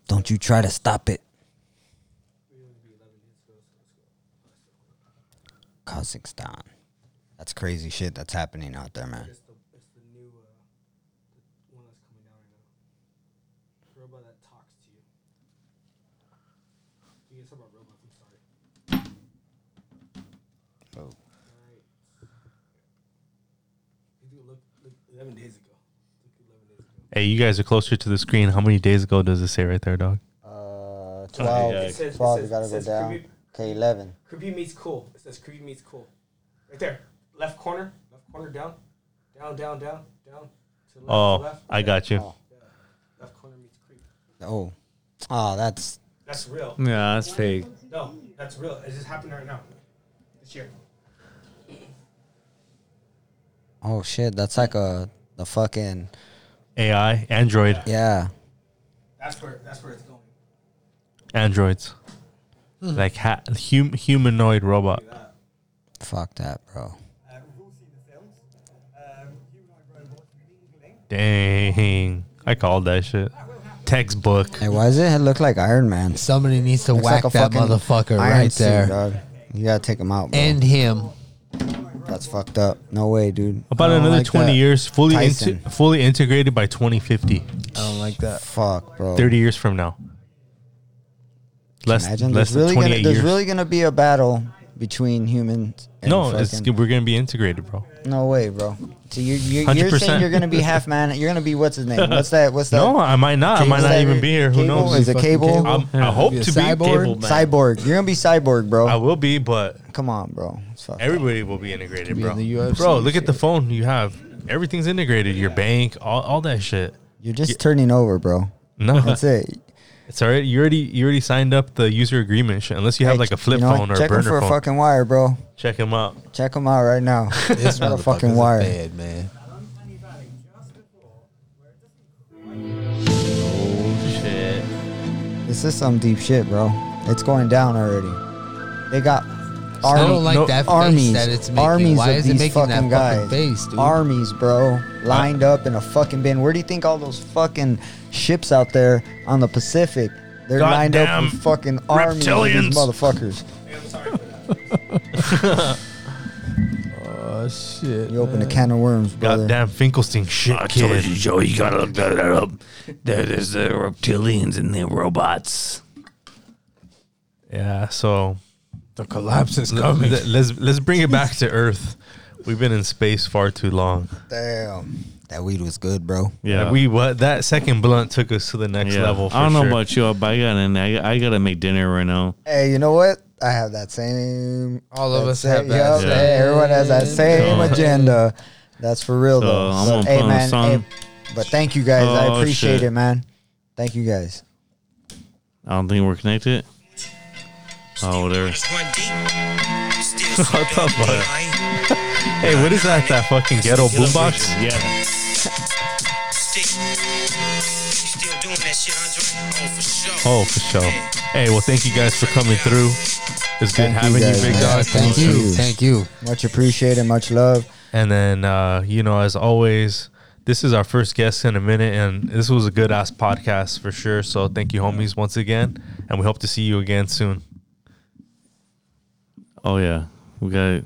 Don't you try to stop it. Kazakhstan. That's crazy shit that's happening out there, man.
Hey, you guys are closer to the screen. How many days ago does it say right there, dog?
Uh, 12.
It
12,
says- it
you
says-
gotta
it
go
says
down.
creepy-
Okay, 11.
Creepy meets cool. It says creepy meets cool. Right there. Left corner. Left corner down. Down, down, down, down. To left,
Oh,
left.
I got you.
Left corner meets creep.
Oh. Oh, that's.
That's real.
yeah, that's fake.
No, that's real. It just happened right now. This year.
Oh, shit. That's like a. The fucking.
AI, Android,
Yeah.
That's where that's where it's going.
androids,
Hmm.
like ha- hum- humanoid robot.
Fuck that, bro.
Dang, I called that shit. Textbook.
Hey, why does it look like Iron Man?
Somebody needs to
Looks
whack
like a
that
fucking
motherfucker
iron
right
suit,
there.
dog. You gotta take him out, bro.
End him.
That's fucked up. No way, dude.
About
I don't
another
like
20
that.
years, fully
Tyson.
inte- fully integrated by 2050.
I don't like that.
Fuck, bro.
30 years from now. Less,
Imagine
less
there's really
than
gonna
28
there's
years.
really gonna be a battle between humans. And
no, it's,
fucking-
we're going to be integrated, bro.
no way, bro. So you you you're
100%.
saying you're gonna be half man? You're gonna be what's his name? What's that? What's that?
No, I might not. I might
What's
not
that-
even be here. Who
Cable?
knows?
Is it
Fucking
cable?
cable?
I'm, I hope
Be a
to be.
cyborg?
Cable, man.
Cyborg. You're gonna be cyborg, bro.
I will be, but
Come on, bro. It's fucked.
everybody will be integrated,
Be
bro.
in the UFC
bro, look at the
shit.
phone you have. Everything's integrated. Your bank, all, all that shit.
You're just turning over, bro.
No,
That's it.
It's all right. You already you already signed up the user agreement shit. Unless you have
Hey,
like a flip
you know,
phone or a
check 'em
burner
for
phone.
a fucking wire, bro.
check him out.
Check him out right now.
This
Got a
motherfucker's
fucking
a
wire.
bad man.
Shit.
This is some deep shit, bro. It's going down already. They got
I
army,
don't like
no-
that face
armies,
that it's making.
armies
Why
of
is
these
it making that
fucking guys.
fucking face, dude?
Armies, bro, lined up in a fucking bin. Where do you think all those fucking ships out there on the Pacific? They're lined up
Goddamn
with fucking armies of
reptilians.
these motherfuckers.
oh shit!
You open a can of worms, brother.
Goddamn Finkelstein shit,
I told
kid.
you, Joe, you gotta look that up. There, there's the reptilians and the robots.
Yeah. So
the collapse is
l-
coming.
let- let's let's bring it back to Earth. We've been in space far too long.
Damn. That weed was good, bro.
Yeah, we what that second blunt took us to the next
Yeah.
level. For
I don't know
sure.
about you, but I gotta, I, I gotta make dinner right now.
Hey, you know what? I have that same.
All of
that
us
same-
have that
yup,
same-
hey, everyone has that same
So-
agenda. That's for real
So,
though.
I'm
So,
gonna put on a song.
but thank you guys. I
Oh,
appreciate
shit.
it, man. Thank you guys.
I don't think we're connected. Oh, whatever.
What the fuck? hey, what is that? That fucking ghetto boombox?
Yeah.
Oh, for sure. Hey, well, thank you guys for coming through. It's good
Thank you
having you,
guys,
big
man.
dog.
Thank you. Thank you.
Much appreciated. Much love.
And then, uh, you know, as always, this is our first guest in a minute, and this was a good ass podcast for sure. So thank you, homies, once again, and we hope to see you again soon.
Oh yeah. We got. it.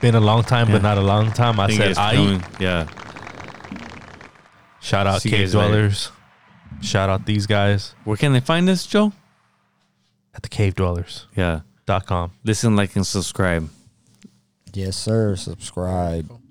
Been a long time, but not a long time. I
Think
said,
it's
I
coming. Yeah.
shout out
See you
Cave
guys later.
Dwellers. Shout out these guys
Where can they find us, Joe?
at the Cave Dwellers
Yeah.
dot com.
Listen, like, and subscribe.
Yes, sir. Subscribe.